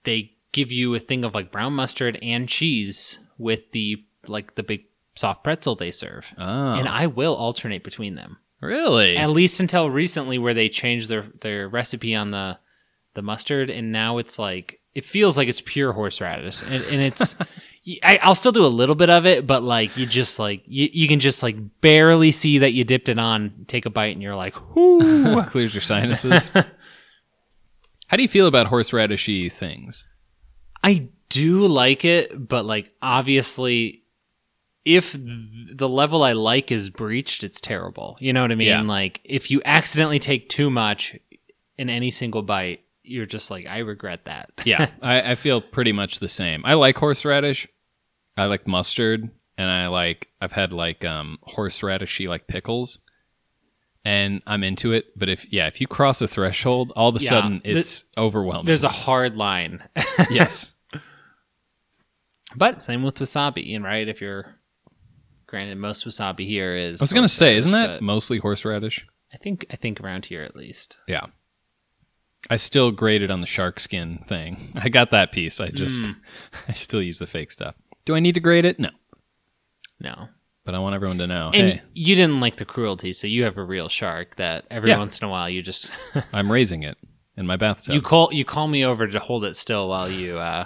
Speaker 1: they give you a thing of like brown mustard and cheese with the like the big soft pretzel they serve,
Speaker 2: Oh,
Speaker 1: and I will alternate between them
Speaker 2: really? [LAUGHS]
Speaker 1: at least until recently, where they changed their their recipe on the the mustard, and now it's like it feels like it's pure horseradish, and, and it's. y- I, will still do a little bit of it, but like you just like you, you can just like barely see that you dipped it on. Take a bite, and you're like,
Speaker 2: [LAUGHS]
Speaker 1: "Whoo!"
Speaker 2: Clears
Speaker 1: [LAUGHS]
Speaker 2: your sinuses. How do you feel about horseradishy things?
Speaker 1: I do like it, but like obviously, if th- the level I like is breached, it's terrible. You know what I mean?
Speaker 2: Yeah.
Speaker 1: Like if you accidentally take too much in any single bite, you're just like, I regret that.
Speaker 2: Yeah, I, I feel pretty much the same. I like horseradish. I like mustard, and I like I've had like um horseradishy like pickles, and I'm into it. But if yeah, if you cross a threshold, all of a
Speaker 1: Yeah,
Speaker 2: sudden
Speaker 1: th-
Speaker 2: it's
Speaker 1: [LAUGHS]
Speaker 2: overwhelming.
Speaker 1: There's a hard line, [LAUGHS]
Speaker 2: yes,
Speaker 1: but same with wasabi, and right if you're. Granted, most wasabi here is.
Speaker 2: I was gonna say, isn't that
Speaker 1: horseradish,
Speaker 2: mostly horseradish?
Speaker 1: but I think I think around here at least.
Speaker 2: Yeah. I still graded on the shark skin thing. [LAUGHS] I got that piece. I just
Speaker 1: Hmm.
Speaker 2: [LAUGHS] I still use the fake stuff. Do I need to grade it? No.
Speaker 1: No,
Speaker 2: But I want everyone to know.
Speaker 1: and
Speaker 2: hey,
Speaker 1: you didn't like the cruelty, so you have a real shark that every
Speaker 2: Yeah.
Speaker 1: once in a while you just
Speaker 2: I'm raising it in my bathtub.
Speaker 1: You call you call me over to hold it still while you uh,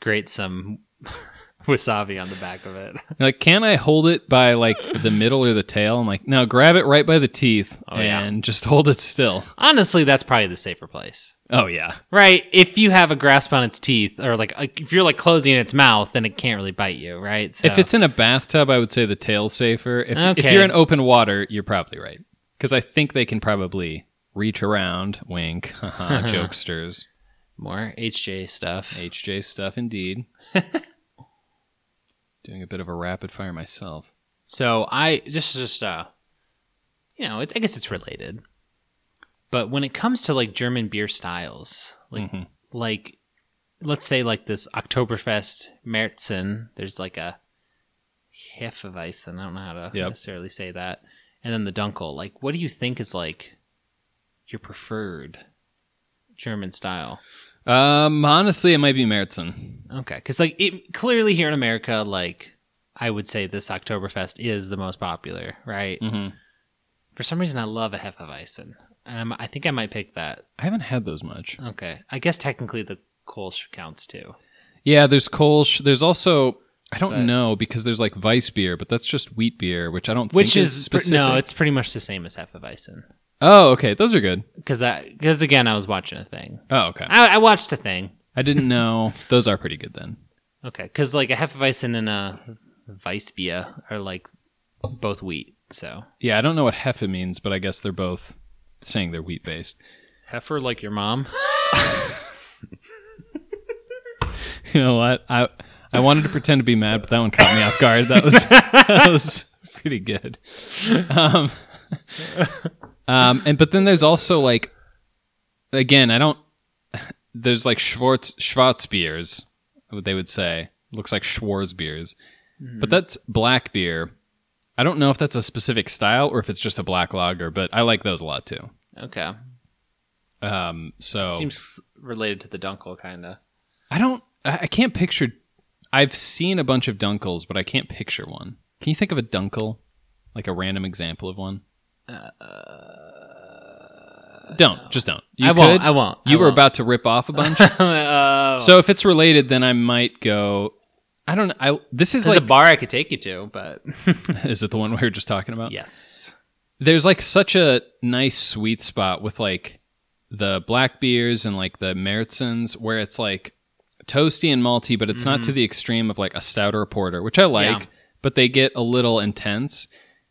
Speaker 1: grate some [LAUGHS] wasabi on the back of it.
Speaker 2: You're Like, can I hold it by like the middle or the tail? I'm like, no, grab it right by the teeth
Speaker 1: Oh, yeah.
Speaker 2: and just hold it still.
Speaker 1: Honestly, that's probably the safer place,
Speaker 2: Oh yeah.
Speaker 1: right? If you have a grasp on its teeth, or like like, if you're like closing its mouth, then it can't really bite you, right? So,
Speaker 2: If it's in a bathtub, I would say the tail's safer. If, if
Speaker 1: Okay.
Speaker 2: you're in open water, you're probably right because I think they can probably reach around. Wink, [LAUGHS]
Speaker 1: [LAUGHS]
Speaker 2: haha, jokesters.
Speaker 1: more HJ stuff,
Speaker 2: HJ
Speaker 1: [LAUGHS]
Speaker 2: stuff indeed. Doing a bit of a rapid fire myself.
Speaker 1: so I just just uh, you know, it, I guess it's related. But when it comes to like German beer styles, like
Speaker 2: Mhm.
Speaker 1: like let's say like this Oktoberfest Märzen, there's like a Hefeweizen, I don't know how to
Speaker 2: Yep.
Speaker 1: necessarily say that. And then the Dunkel. Like what do you think is like your preferred German style?
Speaker 2: Um, honestly, it might be Meritzen.
Speaker 1: Okay, cuz like it clearly here in America like I would say this Oktoberfest is the most popular, right?
Speaker 2: hmm
Speaker 1: For some reason I love a Hefeweizen. And I'm, I think I might pick that.
Speaker 2: I haven't had those much.
Speaker 1: Okay. I guess technically the Kolsch counts too.
Speaker 2: Yeah, there's Kolsch. There's also I don't
Speaker 1: But-
Speaker 2: know because there's like Weiss beer, but that's just wheat beer, which I don't
Speaker 1: Which
Speaker 2: think
Speaker 1: is,
Speaker 2: is,
Speaker 1: pre-
Speaker 2: specific.
Speaker 1: no, it's pretty much the same as Hefeweizen.
Speaker 2: oh okay, those are good.
Speaker 1: because I because again I was watching a thing.
Speaker 2: Oh okay,
Speaker 1: I, I watched a thing. [LAUGHS]
Speaker 2: I didn't know those are pretty good then.
Speaker 1: Okay, because like a hefeweizen and a weissbier are like both wheat. So
Speaker 2: Yeah, I don't know what Hefe means, but I guess they're both saying they're wheat based.
Speaker 1: heifer like your mom.
Speaker 2: [LAUGHS] You know what? I I wanted to pretend to be mad, but that one caught me off guard. That was [LAUGHS] that was pretty good. Um, [LAUGHS] um, and but then there's also like again, I don't. There's like Schwarz Schwarzbiers, what they would say. Looks like Schwarzbiers,
Speaker 1: Hmm,
Speaker 2: but that's black beer. I don't know if that's a specific style or if it's just a black lager, but I like those a lot too.
Speaker 1: Okay,
Speaker 2: Um, so
Speaker 1: seems related to the dunkel kinda.
Speaker 2: I don't. I I can't picture. I've seen a bunch of dunkels, but I can't picture one. Can you think of a dunkel, like a random example of one?
Speaker 1: Uh,
Speaker 2: don't just don't. You
Speaker 1: I
Speaker 2: could.
Speaker 1: won't. I won't.
Speaker 2: you
Speaker 1: I
Speaker 2: were
Speaker 1: [LAUGHS] won't.
Speaker 2: about to rip off a
Speaker 1: [LAUGHS]
Speaker 2: bunch.
Speaker 1: uh,
Speaker 2: so if it's related, then I might go. I don't. I this is
Speaker 1: there's a
Speaker 2: like.
Speaker 1: bar I could take you to, but
Speaker 2: [LAUGHS] is it the one we were just talking about?
Speaker 1: yes.
Speaker 2: there's like such a nice sweet spot with like the black beers and like the Meritzens where it's like toasty and malty, but it's
Speaker 1: Mm-hmm.
Speaker 2: not to the extreme of like a stout or a porter, which I like,
Speaker 1: Yeah.
Speaker 2: but they get a little intense.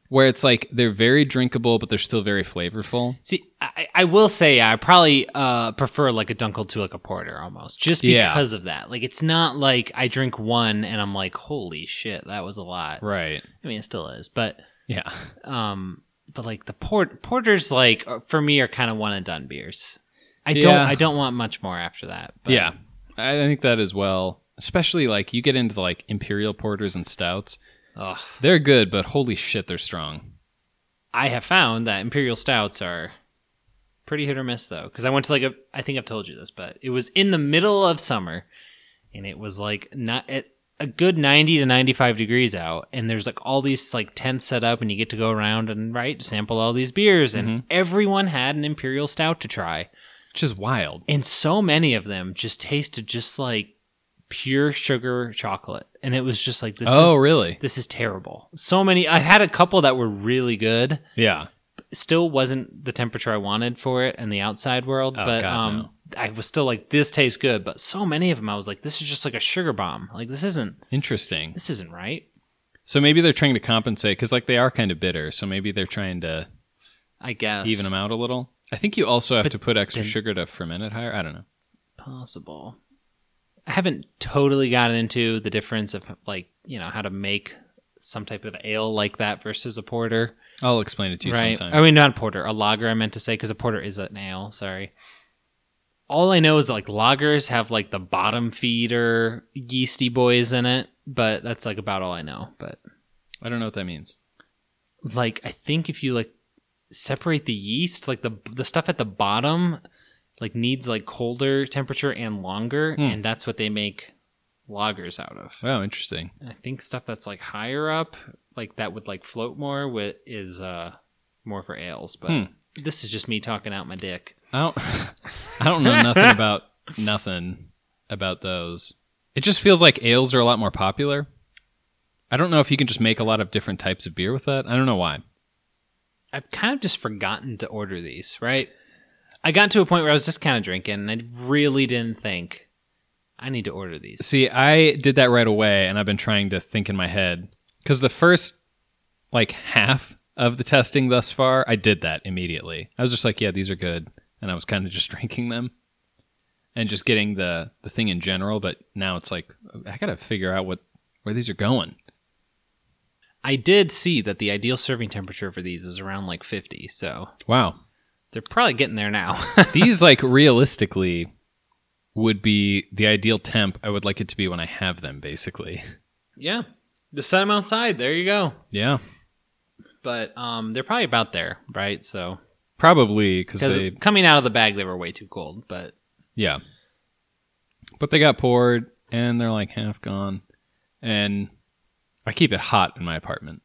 Speaker 2: where it's like they're very drinkable, but they're still very flavorful.
Speaker 1: See, I, I will say I probably uh, prefer like a dunkel to like a porter almost, just
Speaker 2: Yeah.
Speaker 1: because of that. Like it's not like I drink one and I'm like, holy shit, that was a lot.
Speaker 2: Right.
Speaker 1: I mean, it still is, but
Speaker 2: Yeah.
Speaker 1: um, but like the port porters, like are- for me, are kind of one and done beers. I don't,
Speaker 2: Yeah.
Speaker 1: I don't want much more after that. But
Speaker 2: Yeah. I I think that as well. Especially like you get into the, like imperial porters and stouts.
Speaker 1: ugh.
Speaker 2: They're good, but holy shit, they're strong.
Speaker 1: I have found that imperial stouts are pretty hit or miss though, because I went to like a, I think I've told you this, but it was in the middle of summer, and it was like not at a good ninety to ninety five degrees out, and there's like all these like tents set up, and you get to go around and right sample all these beers, and everyone had an imperial stout to try.
Speaker 2: Which is wild.
Speaker 1: and so many of them just tasted just like pure sugar chocolate and it was just like this
Speaker 2: oh,
Speaker 1: is
Speaker 2: really?
Speaker 1: this is terrible so many i had a couple that were really good
Speaker 2: Yeah.
Speaker 1: still wasn't the temperature i wanted for it in the outside world
Speaker 2: Oh,
Speaker 1: but
Speaker 2: God,
Speaker 1: um i was still like this tastes good but so many of them i was like this is just like a sugar bomb like this isn't
Speaker 2: Interesting.
Speaker 1: this isn't right
Speaker 2: So maybe they're trying to compensate because like they are kind of bitter. So maybe they're trying to
Speaker 1: i guess
Speaker 2: even them out a little. I think you also have
Speaker 1: But
Speaker 2: to put extra
Speaker 1: then-
Speaker 2: sugar to ferment it higher. I don't know.
Speaker 1: possible i haven't totally gotten into the difference of like you know how to make some type of ale like that versus a porter
Speaker 2: I'll explain it to you sometime.
Speaker 1: I mean, not porter, a lager. I meant to say because a porter is an ale. Sorry. All I know is that like lagers have like the bottom feeder yeasty boys in it, but that's like about all I know. But Oh.
Speaker 2: I don't know what that means.
Speaker 1: like, I think if you like separate the yeast, like the the stuff at the bottom, like needs like colder temperature and longer,
Speaker 2: Hmm.
Speaker 1: and that's what they make lagers out of.
Speaker 2: Wow, interesting.
Speaker 1: And I think stuff that's like higher up, like that would like float more, with is uh more for ales. But
Speaker 2: Hmm.
Speaker 1: this is just me talking out my dick.
Speaker 2: I don't [LAUGHS] I don't know nothing about
Speaker 1: [LAUGHS]
Speaker 2: nothing about those. It just feels like ales are a lot more popular. I don't know if you can just make a lot of different types of beer with that. I don't know why.
Speaker 1: I've kind of just forgotten to order these. Right? I got to a point where I was just kind of drinking, and I really didn't think I need to order these.
Speaker 2: See, I did that right away and I've been trying to think in my head cuz the first like half of the testing thus far, I did that immediately. I was just like, yeah, these are good and I was kind of just [LAUGHS] drinking them and just getting the the thing in general, but now it's like I got to figure out what where these are going.
Speaker 1: I did see that the ideal serving temperature for these is around like fifty, so
Speaker 2: Wow.
Speaker 1: they're probably getting there now. [LAUGHS]
Speaker 2: these like realistically would be the ideal temp I would like it to be when I have them basically.
Speaker 1: yeah, just set them outside. There you go.
Speaker 2: Yeah.
Speaker 1: But um, they're probably about there, right? So
Speaker 2: Probably cuz
Speaker 1: because
Speaker 2: they
Speaker 1: coming out of the bag they were way too cold but
Speaker 2: yeah. But they got poured and they're like half gone and I keep it hot in my apartment.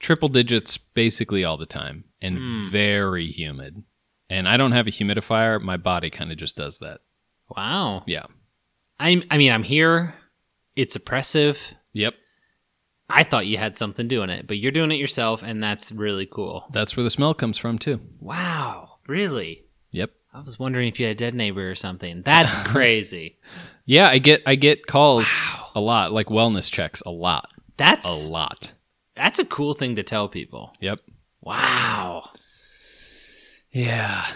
Speaker 2: Triple digits basically all the time and
Speaker 1: Mm.
Speaker 2: very humid. And I don't have a humidifier, my body kind of just does that.
Speaker 1: wow
Speaker 2: Yeah.
Speaker 1: i'm i mean i'm here it's oppressive
Speaker 2: Yep.
Speaker 1: i thought you had something doing it but you're doing it yourself and that's really cool
Speaker 2: That's where the smell comes from too.
Speaker 1: wow really
Speaker 2: Yep.
Speaker 1: i was wondering if you had a dead neighbor or something
Speaker 2: [LAUGHS]
Speaker 1: that's crazy
Speaker 2: Yeah, I get I get calls
Speaker 1: Wow.
Speaker 2: a lot, like wellness checks a lot, a
Speaker 1: that's
Speaker 2: lot.
Speaker 1: that's a cool thing to tell people
Speaker 2: Yep.
Speaker 1: wow [LAUGHS]
Speaker 2: Yeah.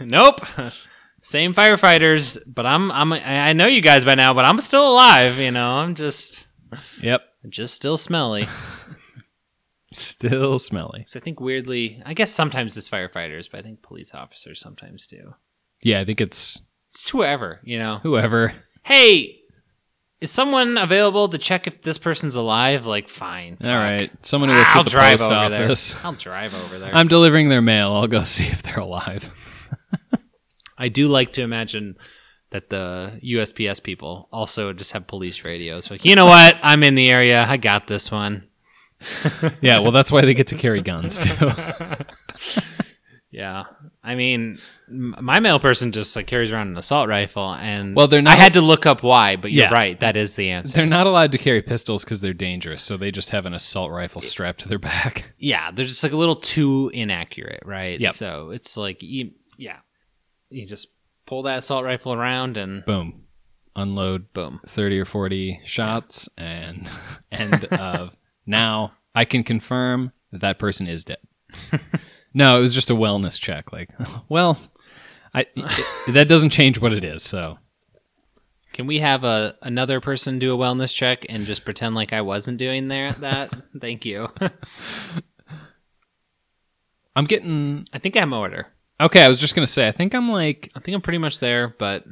Speaker 1: nope. Same firefighters, but I'm I'm I I know you guys by now, but I'm still alive, you know. I'm just
Speaker 2: Yep.
Speaker 1: just still smelly.
Speaker 2: Still smelly.
Speaker 1: 'Cause I think weirdly, I guess sometimes it's firefighters, but I think police officers sometimes do.
Speaker 2: Yeah, I think it's
Speaker 1: It's whoever, you know.
Speaker 2: whoever.
Speaker 1: Hey, is someone available to check if this person's alive? Like, fine.
Speaker 2: All
Speaker 1: fuck. Ah,
Speaker 2: right, someone who works
Speaker 1: I'll
Speaker 2: at the
Speaker 1: drive
Speaker 2: post
Speaker 1: over there.
Speaker 2: office.
Speaker 1: I'll drive over there.
Speaker 2: I'm delivering their mail. I'll go [LAUGHS] see if they're alive.
Speaker 1: I do like to imagine that the USPS people also just have police radios. Like, you know what? I'm in the area. I got this one.
Speaker 2: yeah, well, that's why they get to carry guns too. [LAUGHS]
Speaker 1: Yeah. I mean, m- my mail person just like carries around an assault rifle, and
Speaker 2: Well, they're not-
Speaker 1: I had to look up why, but you're
Speaker 2: Yeah.
Speaker 1: right. That is the answer.
Speaker 2: they're not allowed to carry pistols because they're dangerous, so they just have an assault rifle strapped to their back. [LAUGHS]
Speaker 1: yeah, they're just like a little too inaccurate, right?
Speaker 2: Yep.
Speaker 1: So it's like, you, yeah, you just pull that assault rifle around and
Speaker 2: Boom. unload
Speaker 1: Boom.
Speaker 2: 30 or 40 shots and [LAUGHS] end of now i can confirm that that person is [LAUGHS] dead no it was just a wellness check like [LAUGHS] well i it- that doesn't change what it is so
Speaker 1: Can we have a another person do a wellness check and just pretend like I wasn't doing
Speaker 2: [LAUGHS]
Speaker 1: there that? Thank you.
Speaker 2: i'm getting
Speaker 1: I think I'm order.
Speaker 2: okay i was just gonna say i think i'm like
Speaker 1: I think I'm pretty much there, but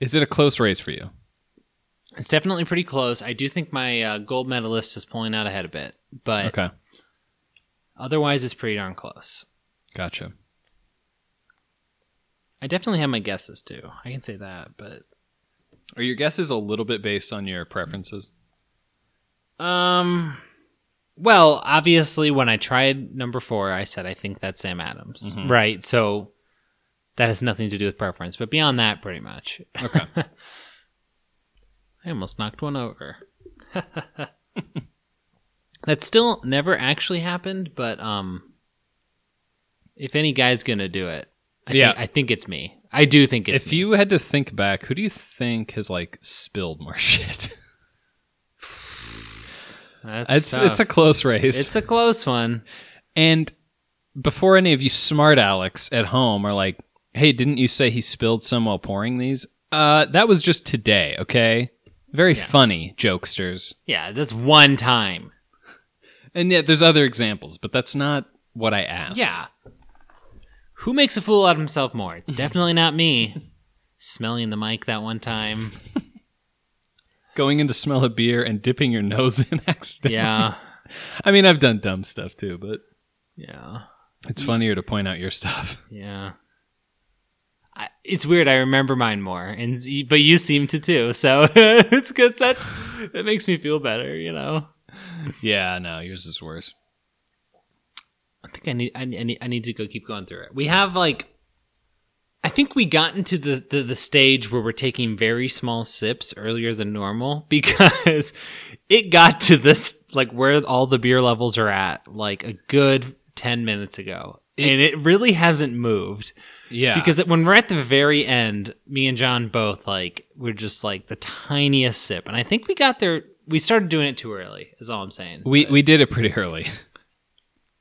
Speaker 2: is it a close race for you
Speaker 1: it's definitely pretty close. I do think my uh, gold medalist is pulling out ahead a bit, but
Speaker 2: okay
Speaker 1: otherwise it's pretty darn close.
Speaker 2: gotcha
Speaker 1: I definitely have my guesses too. I can say that, but
Speaker 2: are your guesses a little bit based on your preferences
Speaker 1: um well, obviously when I tried number 4, I said I think that's Sam Adams.
Speaker 2: Mhm.
Speaker 1: Right? So that has nothing to do with preference, but beyond that pretty much.
Speaker 2: okay
Speaker 1: [LAUGHS] I almost knocked one over. [LAUGHS] that still never actually happened, but um, if any guy's gonna do it, I
Speaker 2: Yeah.
Speaker 1: think, I think it's me. I do think it's
Speaker 2: if
Speaker 1: me.
Speaker 2: you had to think back who do you think has like spilled more [LAUGHS] shit
Speaker 1: That's
Speaker 2: it's uh, it's a
Speaker 1: tough.
Speaker 2: close race
Speaker 1: it's a close one.
Speaker 2: And before any of you smart Alex at home are like, hey, didn't you say he spilled some while pouring these? Uh, that was just today, okay? Very
Speaker 1: Yeah.
Speaker 2: funny, jokesters.
Speaker 1: Yeah, that's one time.
Speaker 2: And yet there's other examples, but that's not what I asked.
Speaker 1: Yeah. Who makes a fool out of himself more? It's definitely not me. Smelling the mic that one time.
Speaker 2: Going in to smell a beer and dipping your nose [LAUGHS] in accidentally.
Speaker 1: Yeah.
Speaker 2: I mean, I've done dumb stuff too, but
Speaker 1: Yeah.
Speaker 2: it's funnier to point out your stuff.
Speaker 1: Yeah. I, it's weird. I remember mine more, and y- but you seem to too. So [LAUGHS] it's good. That's it makes me feel better. You know.
Speaker 2: yeah, no, yours is worse.
Speaker 1: I think I need. I need. I need, I need to go keep going through it. We have like. I think we got into the, the, the stage where we're taking very small sips earlier than normal [LAUGHS] because it got to this like where all the beer levels are at like a good 10 minutes ago and it really hasn't moved
Speaker 2: Yeah.
Speaker 1: Because when we're at the very end, me and John both like we're just like the tiniest sip, and I think we got there. We started doing it too early. Is all I'm saying.
Speaker 2: We
Speaker 1: But-
Speaker 2: we did it pretty early. [LAUGHS]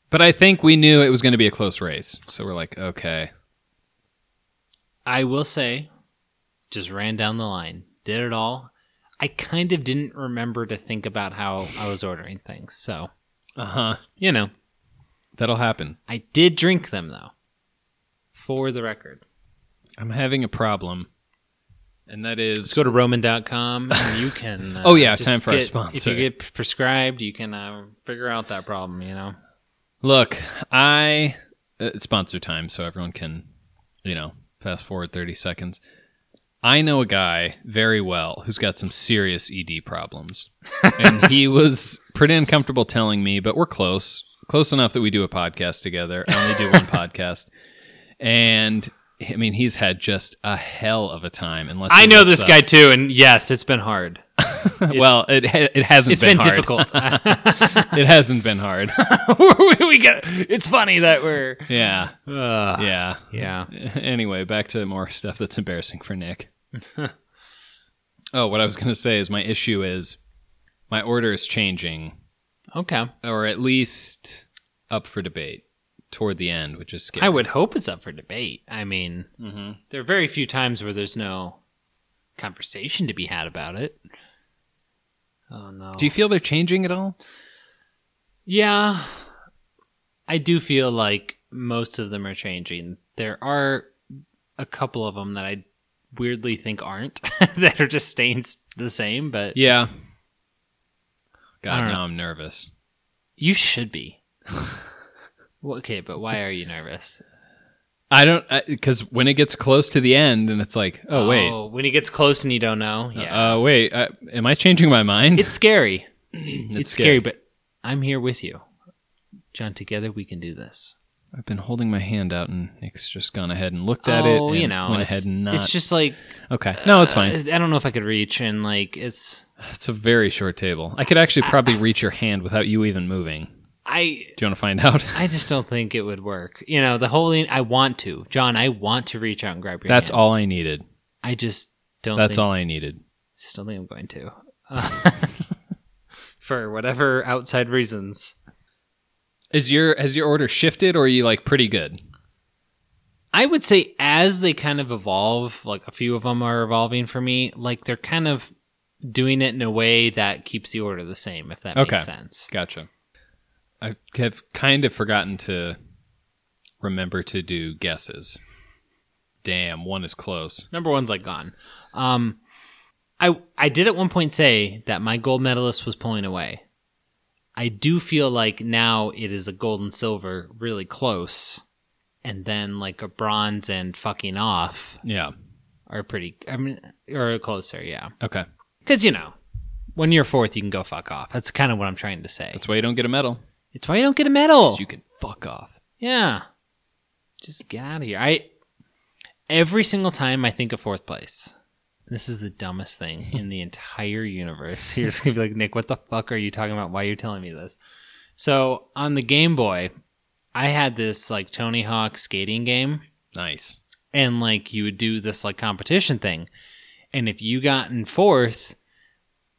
Speaker 2: But I think we knew it was going to be a close race. So we're like, okay.
Speaker 1: I will say, just ran down the line, did it all. I kind of didn't remember to think about how I was ordering things, so
Speaker 2: Uh-huh.
Speaker 1: you know,
Speaker 2: That'll happen.
Speaker 1: I did drink them though. For the record,
Speaker 2: I'm having a problem. And that is
Speaker 1: go to Roman.com and you [LAUGHS] can. Uh,
Speaker 2: Oh, yeah,
Speaker 1: just
Speaker 2: time for our
Speaker 1: get- If
Speaker 2: sponsor.
Speaker 1: you get prescribed, you can uh, figure out that problem. You know.
Speaker 2: Look, I uh, it's sponsor time so everyone can, you know, fast forward 30 seconds. I know a guy very well who's got some serious ED
Speaker 1: [LAUGHS]
Speaker 2: problems. and he was pretty uncomfortable telling me, but we're close, close enough that we do a podcast together. I only
Speaker 1: [LAUGHS]
Speaker 2: do one podcast. And I mean, he's had just a hell of a time. Unless
Speaker 1: I
Speaker 2: he
Speaker 1: know
Speaker 2: looks
Speaker 1: this
Speaker 2: up.
Speaker 1: guy too, and yes, it's been hard.
Speaker 2: [LAUGHS] well, it ha- it hasn't
Speaker 1: It's been,
Speaker 2: hard.
Speaker 1: difficult.
Speaker 2: [LAUGHS] it hasn't been hard.
Speaker 1: [LAUGHS] we get. It's funny that we're.
Speaker 2: yeah,
Speaker 1: Uh,
Speaker 2: yeah.
Speaker 1: yeah.
Speaker 2: [LAUGHS] Anyway, back to more [LAUGHS] stuff that's embarrassing for Nick. oh, what I was going to say is my issue is my order is changing,
Speaker 1: Okay.
Speaker 2: or at least up for debate toward the end, which is scary.
Speaker 1: I would hope it's up for debate. I mean,
Speaker 2: Mm-hmm.
Speaker 1: there are very few times where there's no conversation to be had about it. Oh no.
Speaker 2: Do you feel they're changing at all?
Speaker 1: Yeah. I do feel like most of them are changing. There are a couple of them that I weirdly think aren't [LAUGHS] that are just staying s- the same, but
Speaker 2: Yeah.
Speaker 1: I
Speaker 2: God,
Speaker 1: don't
Speaker 2: now
Speaker 1: know.
Speaker 2: I'm nervous.
Speaker 1: You should be. Well, okay, but why are you nervous?
Speaker 2: I don't because when it gets close to the end and it's like, oh, wait,
Speaker 1: when it gets close and you don't know, [LAUGHS] yeah,
Speaker 2: uh, wait, uh, am I changing my mind?
Speaker 1: it's scary.
Speaker 2: It's
Speaker 1: It's, scary, but I'm here with you, John. Together we can do this.
Speaker 2: I've been holding my hand out, and Nick's just gone ahead and looked at it.
Speaker 1: oh,
Speaker 2: and
Speaker 1: you know,
Speaker 2: went
Speaker 1: it's,
Speaker 2: ahead and not.
Speaker 1: it's just like
Speaker 2: okay, no, it's
Speaker 1: uh,
Speaker 2: fine.
Speaker 1: I don't know if I could reach, and like it's
Speaker 2: It's a very short table. I could actually probably reach your hand without you even moving.
Speaker 1: I.
Speaker 2: Do you want to find out?
Speaker 1: I just don't think it would work. You know, the whole I want to, John. I want to reach out and grab your.
Speaker 2: That's
Speaker 1: hand.
Speaker 2: all I needed.
Speaker 1: I just Don't
Speaker 2: That's
Speaker 1: think,
Speaker 2: all I needed.
Speaker 1: Still think I'm going to. Uh, [LAUGHS] for whatever outside reasons.
Speaker 2: Is your has your order shifted or are you like pretty good?
Speaker 1: I would say as they kind of evolve, like a few of them are evolving for me, like they're kind of doing it in a way that keeps the order the same, if that
Speaker 2: Okay.
Speaker 1: makes sense.
Speaker 2: Gotcha. I have kind of forgotten to remember to do guesses. Damn, one is close.
Speaker 1: Number one's like gone. Um, I I did at one point say that my gold medalist was pulling away. I do feel like now it is a gold and silver really close, and then like a bronze and fucking off
Speaker 2: Yeah.
Speaker 1: are pretty. I mean, are closer, yeah.
Speaker 2: Okay.
Speaker 1: Because you know, when you're fourth, you can go fuck off. That's kind of what I'm trying to say.
Speaker 2: That's why you don't get a medal.
Speaker 1: it's why you don't get a medal.
Speaker 2: 'cause You can fuck off.
Speaker 1: Yeah. Just get out of here. I every single time I think of fourth place. This is the dumbest thing in the entire universe. [LAUGHS] You're just gonna be like, Nick, what the fuck are you talking about? Why are you telling me this? So on the Game Boy, I had this like Tony Hawk skating game
Speaker 2: Nice.
Speaker 1: and like you would do this like competition thing and if you got in fourth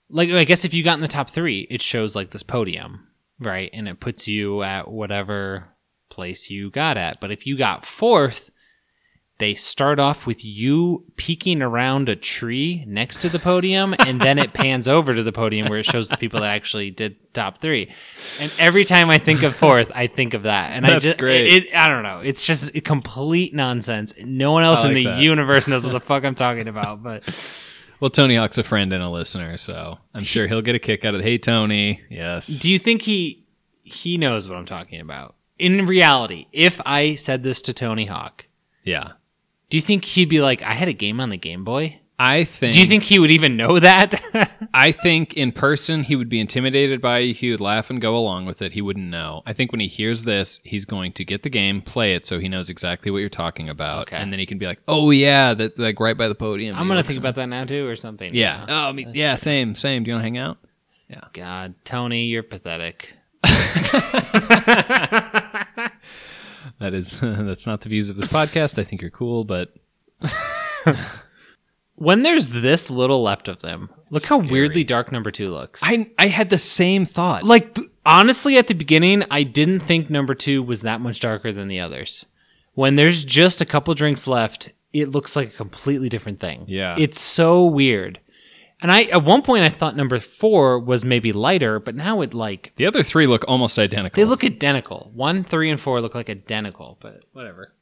Speaker 1: like i guess if you got in the top three it shows like this podium right and it puts you at whatever place you got at but if you got fourth they start off with you peeking around a tree next to the podium and then it pans over to the podium where it shows the people that actually did top three and every time i think of fourth i think of that and i
Speaker 2: That's
Speaker 1: just
Speaker 2: great.
Speaker 1: it, I don't know. It's just complete nonsense. No one else
Speaker 2: I
Speaker 1: in
Speaker 2: like
Speaker 1: the
Speaker 2: that.
Speaker 1: universe knows what [LAUGHS] the fuck I'm talking about. But
Speaker 2: Well, Tony Hawk's a friend and a listener, so I'm sure he'll get a kick out of it. Hey, Tony. Yes.
Speaker 1: do you think he he knows what I'm talking about? In reality, if I said this to Tony Hawk,
Speaker 2: yeah.
Speaker 1: do you think he'd be like, "I had a game on the Game Boy"?
Speaker 2: I think.
Speaker 1: Do you think he would even know that? [LAUGHS]
Speaker 2: I think in person he would be intimidated by you. He would laugh and go along with it. He wouldn't know. I think when he hears this, he's going to get the game, play it, so he knows exactly what you're talking about,
Speaker 1: Okay.
Speaker 2: and then he can be like, "Oh yeah, that's like right by the podium."
Speaker 1: I'm gonna think about that now too, or something.
Speaker 2: [LAUGHS] Yeah. Oh, I mean, yeah. Same. Same. Do you want to hang out?
Speaker 1: God, Tony, you're pathetic.
Speaker 2: That is. [LAUGHS] that's not the views of this podcast. I think you're cool, but
Speaker 1: When there's this little left of them, look how
Speaker 2: Scary.
Speaker 1: weirdly dark number two looks.
Speaker 2: I I had the same thought.
Speaker 1: like th- honestly at the beginning i didn't think number two was that much darker than the others when there's just a couple drinks left it looks like a completely different thing
Speaker 2: Yeah.
Speaker 1: it's so weird and i at one point i thought number four was maybe lighter but now it like
Speaker 2: the other three look almost identical.
Speaker 1: they look identical one three and four look like identical but whatever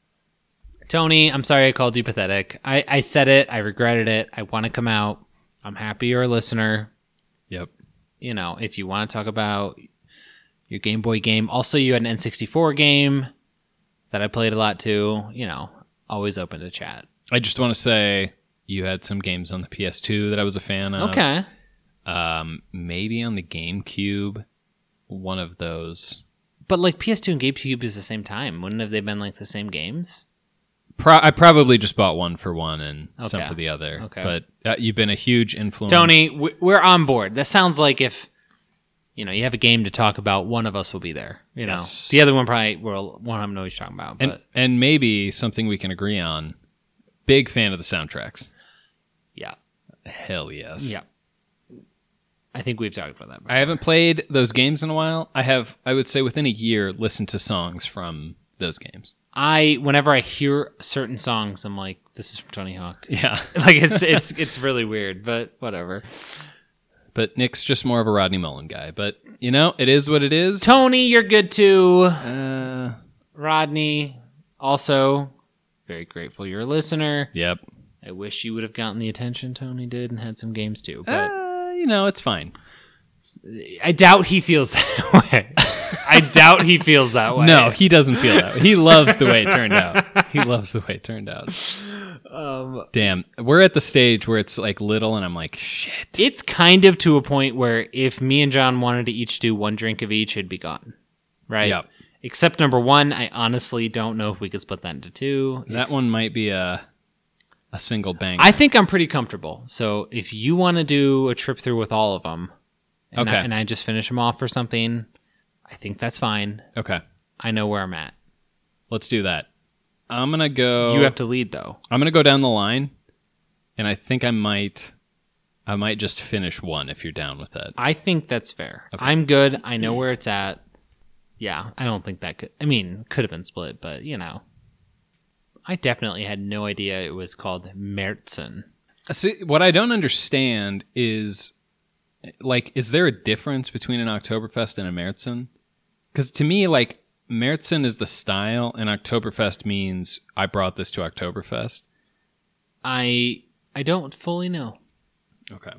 Speaker 1: tony i'm sorry i called you pathetic i, I said it i regretted it i want to come out i'm happy you're a listener
Speaker 2: Yep.
Speaker 1: you know, if you want to talk about your Game Boy game, also you had an N64 game that I played a lot too, you know, always open to chat.
Speaker 2: I just want to say you had some games on the PS2 that I was a fan of.
Speaker 1: okay.
Speaker 2: um, maybe on the GameCube, one of those.
Speaker 1: But like PS2 and GameCube is the same time. Wouldn't have they been like the same games?
Speaker 2: Pro- I probably just bought one for one and some
Speaker 1: Okay.
Speaker 2: for the other.
Speaker 1: Okay.
Speaker 2: But uh, you've been a huge influence,
Speaker 1: Tony, w- we're on board. That sounds like if you know, you have a game to talk about, one of us will be there, you know.
Speaker 2: Yes.
Speaker 1: The other one probably will one of them know what you're talking about, but
Speaker 2: and and maybe something we can agree on. Big fan of the soundtracks.
Speaker 1: Yeah.
Speaker 2: Hell yes.
Speaker 1: yeah. I think we've talked about that.
Speaker 2: I haven't played those games in a while. I have, I would say, within a year, listened to songs from those games.
Speaker 1: I whenever I hear certain songs, I'm like, this is from Tony Hawk. [LAUGHS]
Speaker 2: Yeah.
Speaker 1: like it's it's it's really weird, but whatever.
Speaker 2: But Nick's just more of a Rodney Mullen guy. But you know, it is what it is.
Speaker 1: Tony, you're good too.
Speaker 2: uh,
Speaker 1: Rodney, also very grateful you're a listener.
Speaker 2: yep.
Speaker 1: I wish you would have gotten the attention Tony did and had some games too, but
Speaker 2: uh, you know, it's fine.
Speaker 1: I doubt he feels [LAUGHS] that way. I doubt he feels that way.
Speaker 2: No, he doesn't feel that. way. He loves the way it turned out. He loves the way it turned out.
Speaker 1: um,
Speaker 2: Damn, we're at the stage where it's like little, and I'm like, shit.
Speaker 1: it's kind of to a point where if me and John wanted to each do one drink of each, it'd be gone, right?
Speaker 2: Yep.
Speaker 1: Except number one, I honestly don't know if we could split that into two.
Speaker 2: That one might be a a single bang.
Speaker 1: I think I'm pretty comfortable. So if you want to do a trip through with all of them, and,
Speaker 2: Okay.
Speaker 1: I, and I just finish them off or something, I think that's fine.
Speaker 2: okay,
Speaker 1: I know where I'm at.
Speaker 2: let's do that. I'm gonna go.
Speaker 1: You have to lead though.
Speaker 2: I'm gonna go down the line, and I think I might, I might just finish one if you're down with that.
Speaker 1: I think that's fair.
Speaker 2: Okay.
Speaker 1: I'm good. I know where it's at. Yeah, I don't think that could. I mean, could have been split, but you know, I definitely had no idea it was called Mertzen.
Speaker 2: See, what I don't understand is, like, is there a difference between an Oktoberfest and a Märzen? Because to me, like, Märzen is the style, and Oktoberfest means I brought this to Oktoberfest.
Speaker 1: I I don't fully know.
Speaker 2: Okay.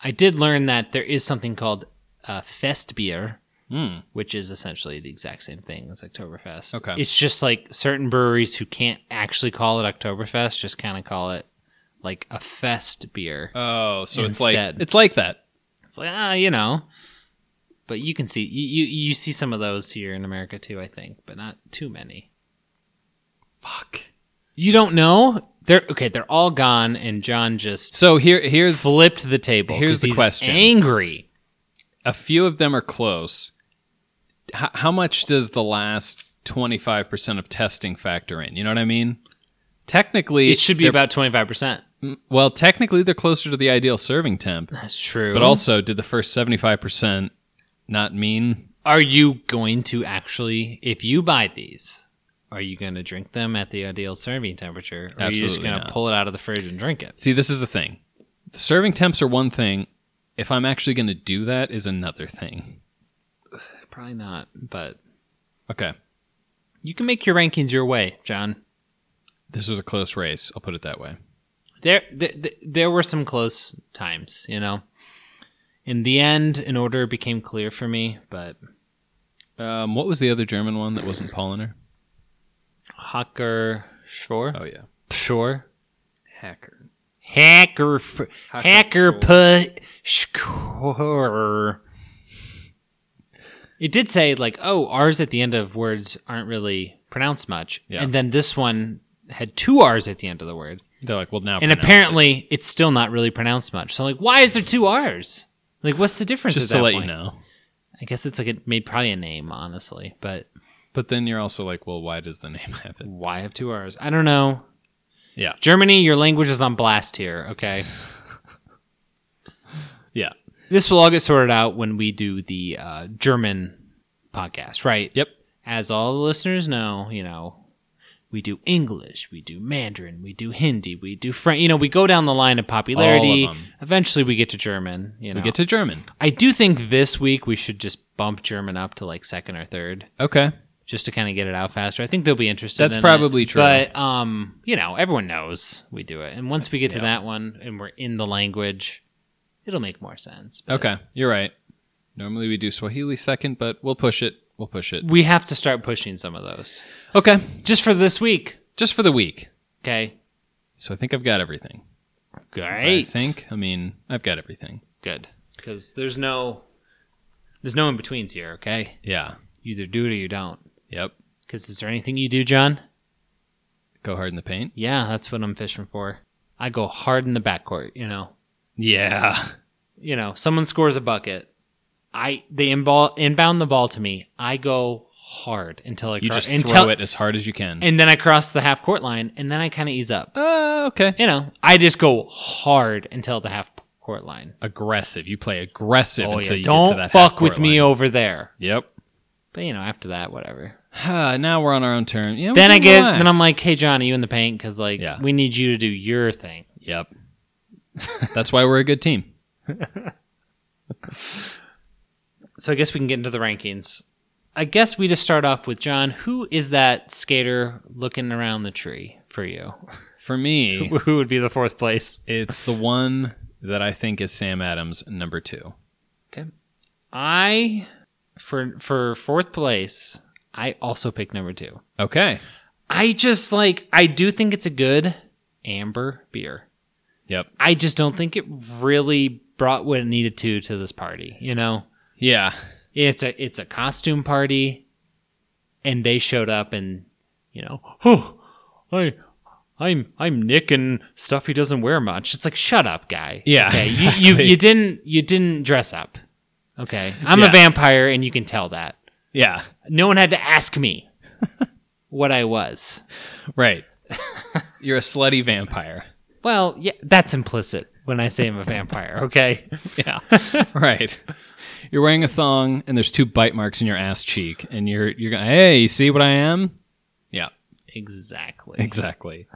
Speaker 1: I did learn that there is something called uh, Festbier,
Speaker 2: Hmm.
Speaker 1: which is essentially the exact same thing as Oktoberfest.
Speaker 2: Okay.
Speaker 1: It's just like certain breweries who can't actually call it Oktoberfest just kind of call it like a fest beer.
Speaker 2: Oh, so it's
Speaker 1: Instead.
Speaker 2: like it's like that.
Speaker 1: It's like ah, you know. But you can see you, you you see some of those here in America too, I think, but not too many.
Speaker 2: Fuck.
Speaker 1: You don't know? They're okay, they're all gone and John just
Speaker 2: So here, here's
Speaker 1: flipped the table.
Speaker 2: here's
Speaker 1: 'cause
Speaker 2: the
Speaker 1: he's
Speaker 2: question.
Speaker 1: Angry.
Speaker 2: a few of them are close. H- how much does the last twenty five percent of testing factor in? You know what I mean? Technically,
Speaker 1: It should be
Speaker 2: they're-
Speaker 1: about twenty five percent.
Speaker 2: Well, technically, they're closer to the ideal serving temp.
Speaker 1: That's true.
Speaker 2: But also, did the first 75% not mean?
Speaker 1: Are you going to actually, if you buy these, are you going to drink them at the ideal serving temperature? Or are you just
Speaker 2: Absolutely
Speaker 1: going to
Speaker 2: not.
Speaker 1: pull it out of the fridge and drink it?
Speaker 2: See, this is the thing. The serving temps are one thing. If I'm actually going to do that is another thing.
Speaker 1: Probably not, but
Speaker 2: Okay.
Speaker 1: you can make your rankings your way, John.
Speaker 2: This was a close race. I'll put it that way.
Speaker 1: There, th- th- there were some close times, you know. In the end, an order became clear for me, but
Speaker 2: Um, what was the other German one that wasn't Polliner?
Speaker 1: Hacker Shore?
Speaker 2: Oh, yeah.
Speaker 1: Shore?
Speaker 2: Hacker.
Speaker 1: Hacker, f- hacker put score. It did say like, oh, R's at the end of words aren't really pronounced much,
Speaker 2: Yeah.
Speaker 1: and then this one had two R's at the end of the word,
Speaker 2: They're like, well, now.
Speaker 1: and
Speaker 2: pronounce it.
Speaker 1: apparently it's still not really pronounced much. So I'm like, why is there two R's? Like, what's the difference?
Speaker 2: Just
Speaker 1: at that
Speaker 2: to let
Speaker 1: point?
Speaker 2: you know.
Speaker 1: I guess it's like it made probably a name, honestly, but
Speaker 2: But then you're also like, well, why does the name have it?
Speaker 1: why have two R's? I don't know.
Speaker 2: Yeah.
Speaker 1: Germany, your language is on blast here. Okay.
Speaker 2: [LAUGHS] Yeah.
Speaker 1: This will all get sorted out when we do the uh, German podcast, right?
Speaker 2: Yep.
Speaker 1: As all the listeners know, you know, we do English, we do Mandarin, we do Hindi, we do French. You know, we go down the line of popularity.
Speaker 2: All of 'em.
Speaker 1: Eventually, we get to German. You know,
Speaker 2: We get to German.
Speaker 1: I do think this week we should just bump German up to like second or third,
Speaker 2: Okay.
Speaker 1: just to kind of get it out faster. I think they'll be interested.
Speaker 2: That's
Speaker 1: in it.
Speaker 2: probably true.
Speaker 1: But um, you know, everyone knows we do it, and once we get to
Speaker 2: Yeah.
Speaker 1: that one and we're in the language, it'll make more sense. But-
Speaker 2: Okay. You're right. Normally we do Swahili second, but we'll push it. We'll push it.
Speaker 1: we have to start pushing some of those
Speaker 2: Okay.
Speaker 1: just for this week.
Speaker 2: Just for the week.
Speaker 1: Okay.
Speaker 2: So I think I've got everything.
Speaker 1: Great.
Speaker 2: I think. I mean, I've got everything.
Speaker 1: good because there's no there's no in betweens here. Okay,
Speaker 2: Yeah.
Speaker 1: you either do it or you don't.
Speaker 2: Yep.
Speaker 1: Because is there anything you do, John?
Speaker 2: Go hard in the paint.
Speaker 1: Yeah, that's what I'm fishing for. I go hard in the backcourt. You know,
Speaker 2: Yeah.
Speaker 1: you know, someone scores a bucket. I they inbound inbound the ball to me. I go hard until I
Speaker 2: [LAUGHS] You
Speaker 1: cro-
Speaker 2: just
Speaker 1: until,
Speaker 2: throw it as hard as you can.
Speaker 1: and then I cross the half court line, and then I kind of ease up.
Speaker 2: Uh, okay.
Speaker 1: You know, I just go hard until the half court line.
Speaker 2: Aggressive. You play aggressive
Speaker 1: Oh,
Speaker 2: until
Speaker 1: yeah.
Speaker 2: you
Speaker 1: Don't
Speaker 2: get to that
Speaker 1: fuck
Speaker 2: half
Speaker 1: with
Speaker 2: court
Speaker 1: me
Speaker 2: line.
Speaker 1: over there.
Speaker 2: Yep.
Speaker 1: But you know, after that, whatever.
Speaker 2: Ah, [SIGHS] now we're on our own turn. Yeah, we
Speaker 1: then
Speaker 2: can
Speaker 1: I get,
Speaker 2: relax.
Speaker 1: then I'm like, hey, John, are you in the paint? Because like,
Speaker 2: Yeah.
Speaker 1: we need you to do your thing.
Speaker 2: [LAUGHS] yep. That's why we're a good team.
Speaker 1: So I guess we can get into the rankings. I guess we just start off with John. Who is that skater looking around the tree for you?
Speaker 2: For me,
Speaker 1: [LAUGHS]
Speaker 2: [LAUGHS]
Speaker 1: Who would be the fourth place?
Speaker 2: it's the one that I think is Sam Adams number two.
Speaker 1: I for for fourth place. I also pick number two.
Speaker 2: Okay.
Speaker 1: I just like I do think it's a good amber beer.
Speaker 2: Yep.
Speaker 1: I just don't think it really brought what it needed to to this party. You know,
Speaker 2: Yeah.
Speaker 1: it's a it's a costume party, and they showed up and you know, oh, I. I'm I'm Nick and stuff he doesn't wear much. It's like shut up, guy.
Speaker 2: Yeah,
Speaker 1: okay?
Speaker 2: [LAUGHS]
Speaker 1: you, you
Speaker 2: exactly.
Speaker 1: you didn't you didn't dress up. Okay, I'm
Speaker 2: Yeah.
Speaker 1: a vampire, and you can tell that.
Speaker 2: Yeah.
Speaker 1: No one had to ask
Speaker 2: [LAUGHS]
Speaker 1: me what I was.
Speaker 2: Right. You're a slutty vampire.
Speaker 1: Well, yeah, that's implicit when I say I'm a
Speaker 2: [LAUGHS]
Speaker 1: vampire. Okay.
Speaker 2: Yeah. right. You're wearing a thong and there's two bite marks in your ass cheek and you're you're going, "Hey, you see what I am?" Yeah,
Speaker 1: [LAUGHS] Exactly.
Speaker 2: exactly.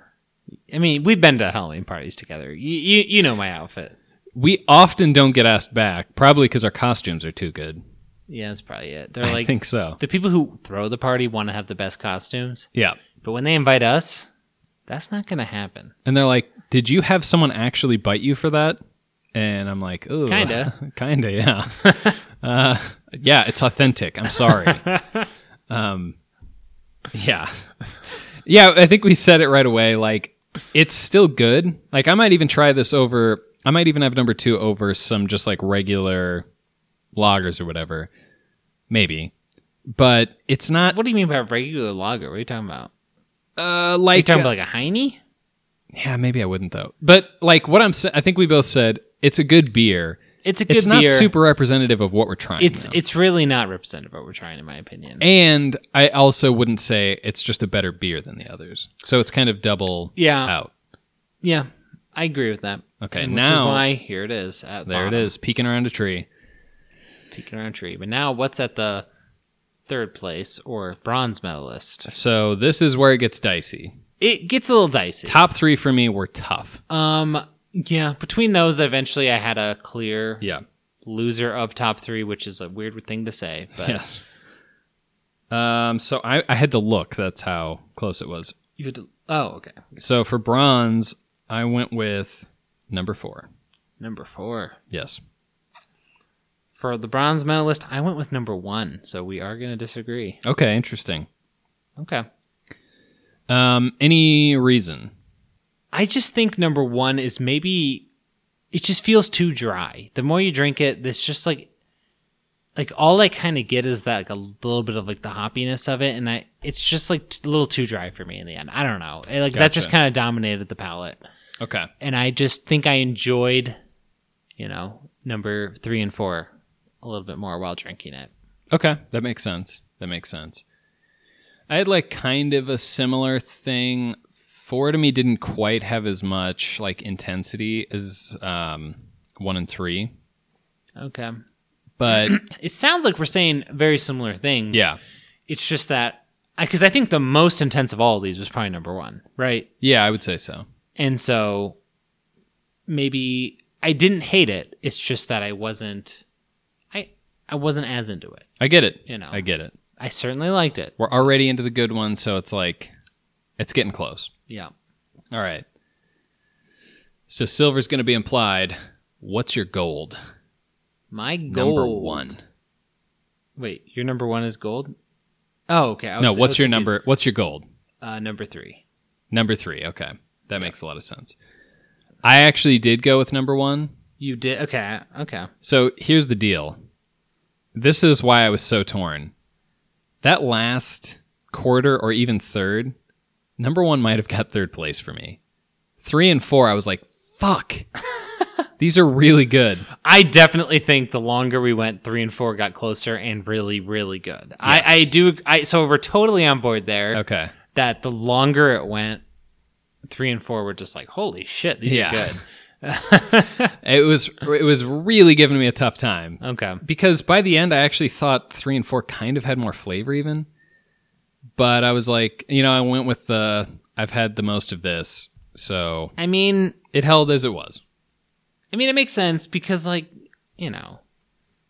Speaker 1: I mean, we've been to Halloween parties together. You you, you know my outfit.
Speaker 2: We often don't get asked back, probably cuz our costumes are too good.
Speaker 1: Yeah, that's probably it. They're
Speaker 2: I
Speaker 1: like
Speaker 2: think so.
Speaker 1: the people who throw the party want to have the best costumes,
Speaker 2: Yeah.
Speaker 1: but when they invite us, that's not going to happen.
Speaker 2: And they're like, "Did you have someone actually bite you for that?" And I'm like, "Oh,
Speaker 1: Kinda.
Speaker 2: [LAUGHS] kinda, yeah, uh, yeah. It's authentic. I'm sorry."
Speaker 1: [LAUGHS]
Speaker 2: um, yeah, yeah. I think we said it right away. Like, it's still good. Like, I might even try this over. I might even have number two over some just like regular loggers or whatever. Maybe, but it's not
Speaker 1: What do you mean by regular lager? What are you talking about?
Speaker 2: uh,
Speaker 1: Are you
Speaker 2: like
Speaker 1: talking about like a Heine?
Speaker 2: yeah. Maybe I wouldn't though. But like, what I'm sa- I think we both said it's a good beer.
Speaker 1: It's a good
Speaker 2: it's
Speaker 1: beer.
Speaker 2: not super representative of what we're trying.
Speaker 1: it's
Speaker 2: though.
Speaker 1: it's really not representative of what we're trying, in my opinion.
Speaker 2: and I also wouldn't say it's just a better beer than the others. So it's kind of double
Speaker 1: yeah,
Speaker 2: out.
Speaker 1: yeah, I agree with that.
Speaker 2: Uh, Okay,
Speaker 1: And which is
Speaker 2: now
Speaker 1: why here it is. At
Speaker 2: there it
Speaker 1: bottom,
Speaker 2: is, peeking around a tree.
Speaker 1: peeking around tree. But now, what's at the third place or bronze medalist?
Speaker 2: So this is where it gets dicey.
Speaker 1: It gets a little dicey.
Speaker 2: Top three for me were tough.
Speaker 1: Um, yeah. Between those, eventually, I had a clear
Speaker 2: Yeah.
Speaker 1: loser of top three, which is a weird thing to say. But
Speaker 2: Yes. Um. So I I had to look. That's how close it was.
Speaker 1: you had to, oh, okay.
Speaker 2: So for bronze, I went with number four.
Speaker 1: Number four
Speaker 2: Yes.
Speaker 1: for the bronze medalist, I went with number one. So we are going to disagree.
Speaker 2: Okay. Interesting.
Speaker 1: Okay.
Speaker 2: Um. Any reason?
Speaker 1: I just think number one is maybe it just feels too dry. The more you drink it, it's just like like all I kind of get is that like a little bit of like the hoppiness of it, and I it's just like t- a little too dry for me in the end. I don't know, It, like that just
Speaker 2: Gotcha.
Speaker 1: kind of dominated the palate,
Speaker 2: Okay.
Speaker 1: and I just think I enjoyed, you know, number three and four a little bit more while drinking it.
Speaker 2: Okay, that makes sense. That makes sense. I had like kind of a similar thing. Four to me didn't quite have as much like intensity as um, one and three,
Speaker 1: Okay, [CLEARS THROAT]
Speaker 2: but
Speaker 1: it sounds like we're saying very similar things.
Speaker 2: yeah,
Speaker 1: it's just that because I think the most intense of all of these was probably number one, right?
Speaker 2: yeah, I would say so.
Speaker 1: And so maybe I didn't hate it. It's just that I wasn't I I wasn't as into it,
Speaker 2: I get it.
Speaker 1: you know.
Speaker 2: I get it.
Speaker 1: I certainly liked it.
Speaker 2: We're already into the good one, so it's like it's getting close.
Speaker 1: Yeah.
Speaker 2: All right. So silver's going to be implied. What's your gold?
Speaker 1: My gold
Speaker 2: Number one.
Speaker 1: Wait, your number one is gold? Oh, okay. I was- I
Speaker 2: No,
Speaker 1: was
Speaker 2: what's your
Speaker 1: confused.
Speaker 2: number? What's your gold?
Speaker 1: Uh number three.
Speaker 2: Number three. Okay. That makes a lot of sense. I actually did go with number one.
Speaker 1: You did okay, okay.
Speaker 2: So here's the deal. This is why I was so torn. That last quarter or even third, number one might have got third place for me. Three and four, I was like, fuck. These are really good.
Speaker 1: I definitely think the longer we went, three and four got closer and really, really good.
Speaker 2: Yes.
Speaker 1: I, I do I so we're totally on board there.
Speaker 2: Okay.
Speaker 1: that the longer it went, three and four were just like, holy shit, these
Speaker 2: Yeah.
Speaker 1: are good.
Speaker 2: It was it was really giving me a tough time.
Speaker 1: Okay.
Speaker 2: because by the end I actually thought three and four kind of had more flavor even. But I was like, you know, I went with the I've had the most of this, so
Speaker 1: I mean,
Speaker 2: it held as it was.
Speaker 1: I mean, it makes sense because, like, you know,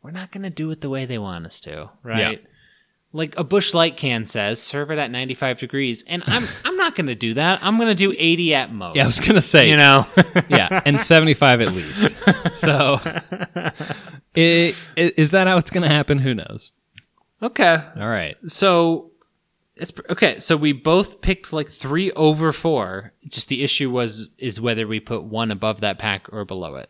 Speaker 1: we're not gonna do it the way they want us to, right? Like a bush light can says, serve it at ninety five degrees, and I'm I'm not gonna do that. I'm gonna do eighty at most.
Speaker 2: Yeah, I was gonna say,
Speaker 1: you know.
Speaker 2: [LAUGHS] yeah, and seventy five at least. [LAUGHS] So, i- i- is that how it's gonna happen? Who knows?
Speaker 1: [LAUGHS] okay.
Speaker 2: All right,
Speaker 1: So it's pr- okay. So we both picked like three over four. Just the issue was is whether we put one above that pack or below it.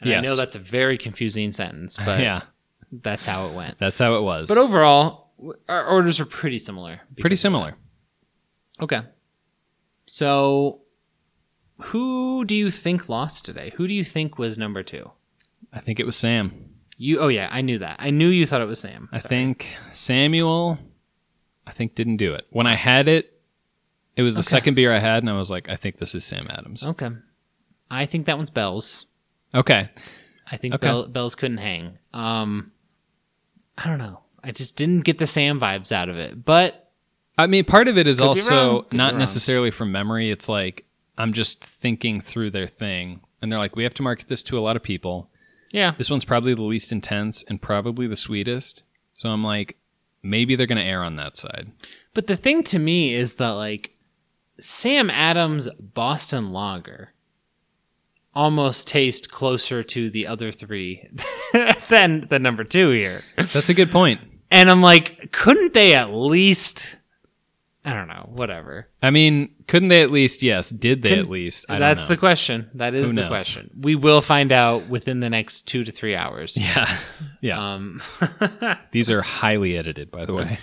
Speaker 1: And
Speaker 2: Yes.
Speaker 1: I know that's a very confusing sentence, [LAUGHS] but
Speaker 2: yeah,
Speaker 1: that's how it went.
Speaker 2: that's how it was.
Speaker 1: But overall, w- our orders are pretty similar.
Speaker 2: Pretty similar.
Speaker 1: Okay. So who do you think lost today? Who do you think was number two?
Speaker 2: I think it was Sam.
Speaker 1: You. Oh yeah, I knew that. I knew you thought it was Sam.
Speaker 2: I
Speaker 1: Sorry.
Speaker 2: think Samuel, I think didn't do it. When I had it, it was the
Speaker 1: Okay.
Speaker 2: second beer I had, and I was like, I think this is Sam Adams.
Speaker 1: Okay. I think that one's Bells.
Speaker 2: Okay.
Speaker 1: I think
Speaker 2: Okay.
Speaker 1: Bell, Bells couldn't hang. Um, I don't know. I just didn't get the Sam vibes out of it, but
Speaker 2: I mean, part of it is
Speaker 1: Could be wrong.
Speaker 2: also
Speaker 1: Could be
Speaker 2: not
Speaker 1: wrong.
Speaker 2: necessarily from memory. It's like I'm just thinking through their thing, and they're like, we have to market this to a lot of people.
Speaker 1: yeah,
Speaker 2: This one's probably the least intense and probably the sweetest. So I'm like, maybe they're going to err on that side.
Speaker 1: But the thing to me is that like Sam Adams Boston Lager almost taste closer to the other three [LAUGHS] than the number two here.
Speaker 2: That's a good point.
Speaker 1: And I'm like, couldn't they at least I don't know, whatever.
Speaker 2: I mean, couldn't they at least? Yes, did they
Speaker 1: Couldn't-
Speaker 2: at least? I
Speaker 1: That's the
Speaker 2: don't
Speaker 1: question. That is
Speaker 2: Who
Speaker 1: the
Speaker 2: knows?
Speaker 1: question. We will find out within the next two to three hours.
Speaker 2: know. [LAUGHS] yeah, yeah.
Speaker 1: Um [LAUGHS]
Speaker 2: These are highly edited, by the way.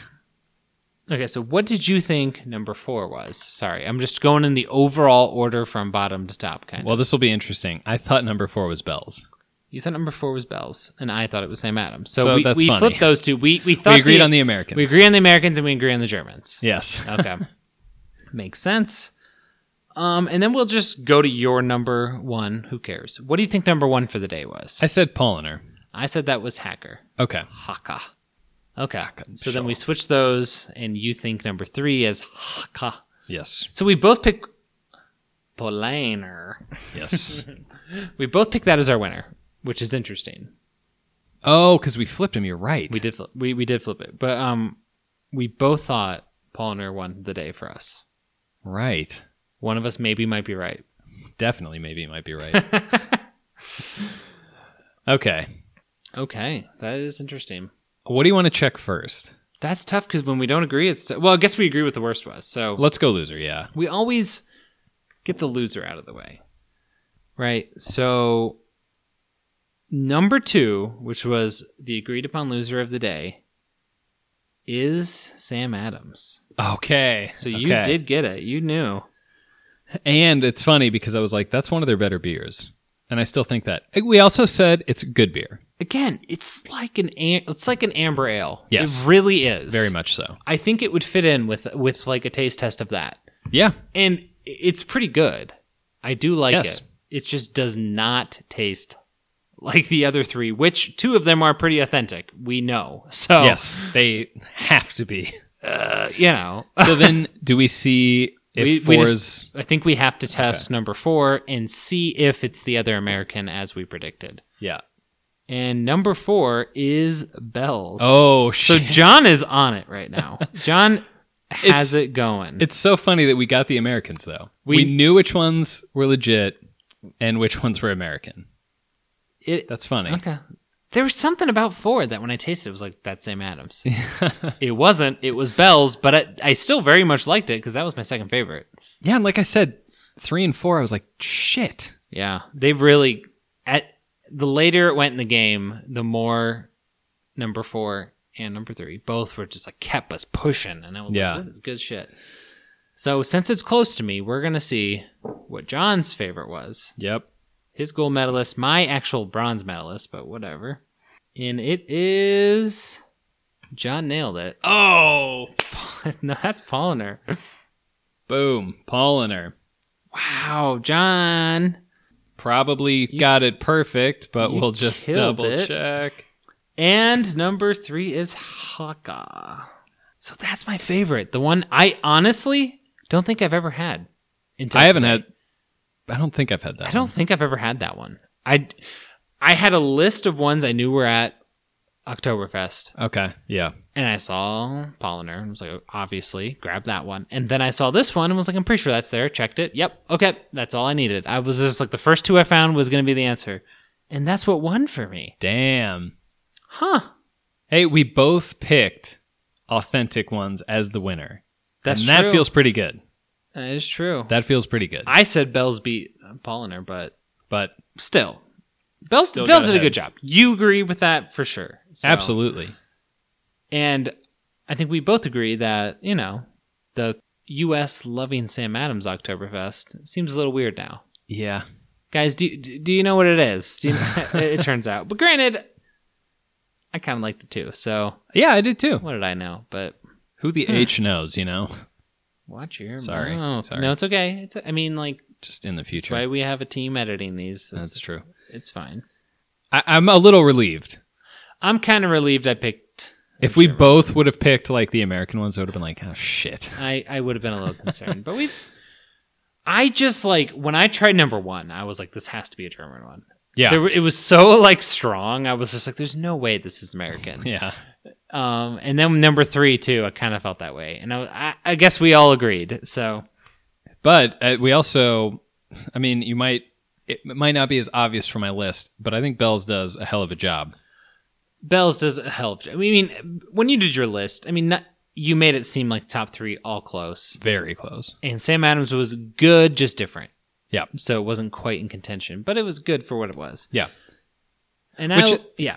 Speaker 1: Okay, so what did you think number four was? Sorry, I'm just going in the overall order from bottom to top kind of.
Speaker 2: Well, this will be interesting. I thought number four was bells.
Speaker 1: You said number four was Bells, and I thought it was Sam Adams. So,
Speaker 2: So
Speaker 1: we,
Speaker 2: that's
Speaker 1: we
Speaker 2: funny.
Speaker 1: flipped those two. We we thought
Speaker 2: We agreed on the Americans.
Speaker 1: we agree on the Americans and we agree on the Germans.
Speaker 2: Yes.
Speaker 1: Okay, [LAUGHS] makes sense. Um, and then we'll just go to your number one. Who cares? What do you think number one for the day was?
Speaker 2: I said Polliner.
Speaker 1: I, said that was Hacker
Speaker 2: Okay.
Speaker 1: Haka. Okay, so
Speaker 2: sure.
Speaker 1: then we switch those, and you think number three is Haka.
Speaker 2: Yes.
Speaker 1: So we both pick Polaner. [LAUGHS]
Speaker 2: Yes.
Speaker 1: We both pick that as our winner, which is interesting.
Speaker 2: oh, because we flipped him. You're right.
Speaker 1: We did flip, we we did flip it, but um, we both thought Polliner won the day for us.
Speaker 2: Right.
Speaker 1: One of us maybe might be right.
Speaker 2: Definitely. Maybe you might
Speaker 1: [LAUGHS]
Speaker 2: be right. okay.
Speaker 1: Okay, that is interesting.
Speaker 2: What do you want to check first?
Speaker 1: That's tough because when we don't agree, it's well. I guess we agree with the worst was. So
Speaker 2: Let's go loser. Yeah.
Speaker 1: we always get the loser out of the way, right? So number two, which was the agreed upon loser of the day, is Sam Adams.
Speaker 2: Okay.
Speaker 1: So you
Speaker 2: Okay.
Speaker 1: did get it. You knew.
Speaker 2: And it's funny because I was like, that's one of their better beers. And I still think that. eh, We also said it's a good beer.
Speaker 1: again, it's like an am- it's like an amber ale.
Speaker 2: Yes.
Speaker 1: it really is.
Speaker 2: Very much so.
Speaker 1: I think it would fit in with with like a taste test of that,
Speaker 2: Yeah.
Speaker 1: and i- it's pretty good. I do like
Speaker 2: Yes.
Speaker 1: it. It just does not taste like the other three, which two of them are pretty authentic. We know, so
Speaker 2: Yes. They have to be.
Speaker 1: uh, you know,
Speaker 2: [LAUGHS] So then do we see if
Speaker 1: We- we
Speaker 2: four
Speaker 1: just-
Speaker 2: is.
Speaker 1: I think we have to test number four and see if it's the other American as we predicted.
Speaker 2: Yeah.
Speaker 1: And number four is Bell's.
Speaker 2: Oh,
Speaker 1: So
Speaker 2: shit.
Speaker 1: John is on it right
Speaker 2: [LAUGHS]
Speaker 1: now. John has
Speaker 2: It's-
Speaker 1: it going.
Speaker 2: It's so funny that we got the Americans though. We,
Speaker 1: We-
Speaker 2: knew which ones were legit and which ones were American.
Speaker 1: It-
Speaker 2: That's funny.
Speaker 1: okay. There was something about Ford that when I tasted it was like that Sam
Speaker 2: [LAUGHS]
Speaker 1: Adams. it wasn't. It was Bell's, but I, I still very much liked it because that was my second favorite.
Speaker 2: yeah, and like I said, three and four, I was like, shit.
Speaker 1: Yeah, they really at the later it went in the game, the more number four and number three both were just like kept us pushing, and I was
Speaker 2: Yeah.
Speaker 1: like, this is good shit. So since it's close to me, we're gonna see what John's favorite was.
Speaker 2: Yep.
Speaker 1: his gold medalist, my actual bronze medalist, but whatever. And it is John nailed it.
Speaker 2: Oh,
Speaker 1: [LAUGHS] no, that's Polliner.
Speaker 2: boom, Polliner.
Speaker 1: Wow, John.
Speaker 2: Probably got it perfect, but
Speaker 1: you
Speaker 2: we'll just
Speaker 1: killed
Speaker 2: double
Speaker 1: it.
Speaker 2: check.
Speaker 1: And number three is Haka. So that's my favorite. The one I honestly don't think I've ever had. until
Speaker 2: I haven't
Speaker 1: today.
Speaker 2: had. I don't think I've had that.
Speaker 1: I don't
Speaker 2: one.
Speaker 1: think I've ever had that one. I I had a list of ones I knew were at Oktoberfest.
Speaker 2: Okay. Yeah.
Speaker 1: And I saw Polliner and was like, "Oh, obviously, grab that one. And then I saw this one and was like, I'm pretty sure that's there. Checked it. Yep. Okay. That's all I needed. I was just like, the first two I found was going to be the answer. And that's what won for me.
Speaker 2: Damn.
Speaker 1: Huh.
Speaker 2: Hey, we both picked authentic ones as the winner.
Speaker 1: That's
Speaker 2: and that
Speaker 1: true.
Speaker 2: feels pretty good.
Speaker 1: That is true.
Speaker 2: That feels pretty good.
Speaker 1: I said Bells beat Polliner, but
Speaker 2: But
Speaker 1: still. Bells,
Speaker 2: Still
Speaker 1: Bells
Speaker 2: got
Speaker 1: did a
Speaker 2: ahead.
Speaker 1: good job. You agree with that for sure. So-
Speaker 2: absolutely.
Speaker 1: And I think we both agree that, you know, the U.S. loving Sam Adams Oktoberfest seems a little weird now.
Speaker 2: Yeah.
Speaker 1: guys do do do you know what it is do you
Speaker 2: [LAUGHS]
Speaker 1: it, it turns out but granted i kind of liked it too so
Speaker 2: Yeah, I did too. Hmm.
Speaker 1: what did i know but
Speaker 2: Who the H knows, you know?
Speaker 1: Watch your
Speaker 2: Sorry,
Speaker 1: mouth.
Speaker 2: sorry.
Speaker 1: No, it's okay. It's I mean like
Speaker 2: just in the
Speaker 1: it's
Speaker 2: future.
Speaker 1: why we have a team editing these.
Speaker 2: That's
Speaker 1: it's,
Speaker 2: true.
Speaker 1: It's fine.
Speaker 2: I, I'm a little relieved.
Speaker 1: I'm kind of relieved I picked.
Speaker 2: If we
Speaker 1: German.
Speaker 2: both would have picked like the American ones, I would have been like, oh shit.
Speaker 1: I I would have been a little concerned, but we. I just like when I tried number one, I was like, this has to be a German one.
Speaker 2: Yeah.
Speaker 1: There, were- it was so like strong. I was just like, there's no way this is American.
Speaker 2: [LAUGHS] yeah.
Speaker 1: Um, and then number three too, I kind of felt that way, and I, I, I guess we all agreed. So
Speaker 2: But uh, we also, I mean, you might, it might not be as obvious from my list, but I think Bells does a hell of a job.
Speaker 1: Bells does help. I mean, when you did your list, I mean, not, you made it seem like top three all close,
Speaker 2: Very close.
Speaker 1: and Sam Adams was good, just different.
Speaker 2: Yeah.
Speaker 1: So it wasn't quite in contention, but it was good for what it was.
Speaker 2: Yeah.
Speaker 1: And
Speaker 2: Which-
Speaker 1: I, yeah,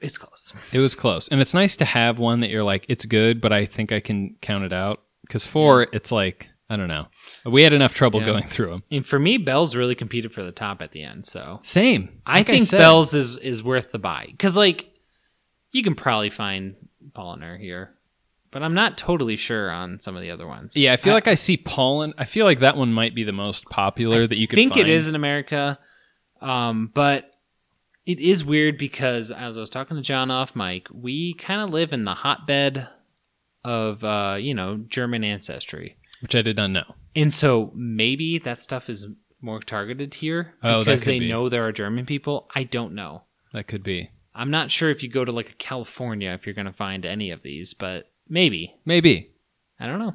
Speaker 1: it's close.
Speaker 2: It was close. And it's nice to have one that you're like, it's good, but I think I can count it out. Because four, it's like, I don't know. We had enough trouble
Speaker 1: Yeah.
Speaker 2: going through them.
Speaker 1: And for me, Bells really competed for the top at the end. So
Speaker 2: Same.
Speaker 1: I
Speaker 2: Like
Speaker 1: think
Speaker 2: said.
Speaker 1: Bells is is worth the buy because like you can probably find Polliner here, but I'm not totally sure on some of the other ones.
Speaker 2: Yeah, I feel
Speaker 1: I-
Speaker 2: like I see pollen. I feel like that one might be the most popular that you
Speaker 1: I
Speaker 2: could
Speaker 1: think
Speaker 2: find.
Speaker 1: it is in America, um, but it is weird because as I was talking to John off mic, we kind of live in the hotbed of uh, you know German ancestry,
Speaker 2: which I did not know.
Speaker 1: and so maybe that stuff is more targeted here
Speaker 2: Oh, that
Speaker 1: because
Speaker 2: could
Speaker 1: they
Speaker 2: be.
Speaker 1: know there are German people. I don't know.
Speaker 2: That could be.
Speaker 1: I'm not sure if you go to like a California if you're going to find any of these, but maybe.
Speaker 2: Maybe.
Speaker 1: I don't know.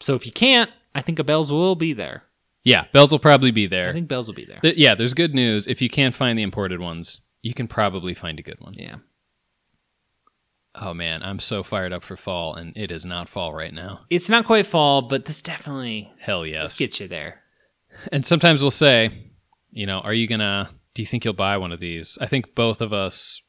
Speaker 1: So if you can't, I think a Bells will be there.
Speaker 2: Yeah, bells will probably be there.
Speaker 1: I think Bells will be there.
Speaker 2: Th- yeah, there's good news. If you can't find the imported ones, you can probably find a good one.
Speaker 1: Yeah.
Speaker 2: Oh man, I'm so fired up for fall, and it is not fall right now.
Speaker 1: It's not quite fall, but this definitely
Speaker 2: Hell
Speaker 1: this
Speaker 2: yes.
Speaker 1: gets you there.
Speaker 2: and sometimes we'll say, you know, are you gonna? Do you think you'll buy one of these? I think both of us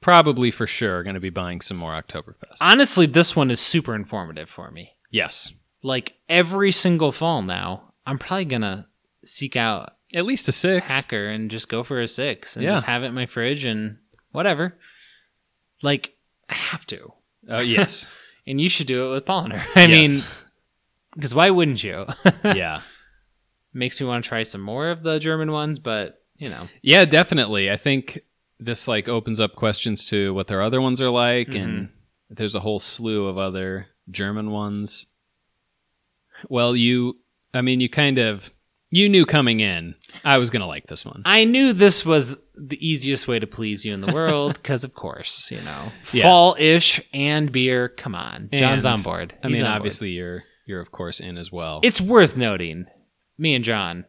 Speaker 2: probably for sure are going to be buying some more Oktoberfest.
Speaker 1: Honestly, this one is super informative for me.
Speaker 2: yes,
Speaker 1: Like every single fall now, I'm probably going to seek out
Speaker 2: at least a six.
Speaker 1: hacker and just go for a six and
Speaker 2: Yeah.
Speaker 1: just have it in my fridge and whatever. Like, I have to.
Speaker 2: Oh yes.
Speaker 1: And you should do it with Polliner. [LAUGHS] I mean, because why wouldn't you? [LAUGHS]
Speaker 2: mean, yeah,
Speaker 1: Makes me want to try some more of the German ones, but you know,
Speaker 2: yeah, definitely. I think this like opens up questions to what their other ones are like,
Speaker 1: Mm-hmm.
Speaker 2: and there's a whole slew of other German ones. Well, you, I mean, you kind of you knew coming in I was gonna like this one.
Speaker 1: I knew this was the easiest way to please you in
Speaker 2: [LAUGHS]
Speaker 1: the world because, of course, you know,
Speaker 2: Yeah.
Speaker 1: fall ish and beer. Come on, John's
Speaker 2: And,
Speaker 1: on board.
Speaker 2: I
Speaker 1: He's
Speaker 2: mean,
Speaker 1: on board.
Speaker 2: obviously you're you're of course in as well.
Speaker 1: it's worth noting. Me and John,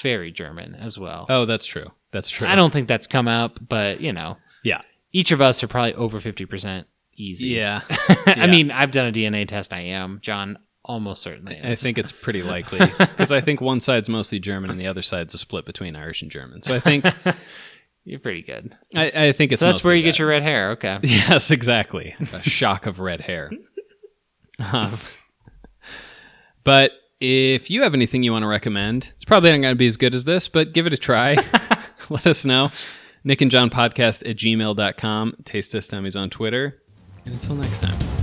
Speaker 1: very German as well.
Speaker 2: oh, that's true. That's true.
Speaker 1: I don't think that's come up, but you know,
Speaker 2: Yeah.
Speaker 1: each of us are probably over fifty percent easy.
Speaker 2: Yeah,
Speaker 1: [LAUGHS] I mean, I've done a DNA test. I am John, almost certainly.
Speaker 2: I
Speaker 1: is.
Speaker 2: think it's
Speaker 1: [LAUGHS]
Speaker 2: pretty likely because I think one side's mostly German and the other side's a split between Irish and German. So
Speaker 1: [LAUGHS]
Speaker 2: I think
Speaker 1: you're pretty good.
Speaker 2: I, I think it's
Speaker 1: so that's where
Speaker 2: mostly
Speaker 1: you
Speaker 2: that.
Speaker 1: get your red hair. Okay.
Speaker 2: [LAUGHS] Yes, exactly. A shock of
Speaker 1: [LAUGHS]
Speaker 2: red hair. Um, but if you have anything you want to recommend, it's probably not going to be as good as this, but give it
Speaker 1: [LAUGHS]
Speaker 2: a try. [LAUGHS] Let us know. Nick and John podcast at gmail.com. Taste Test Dummies on Twitter. And until next time.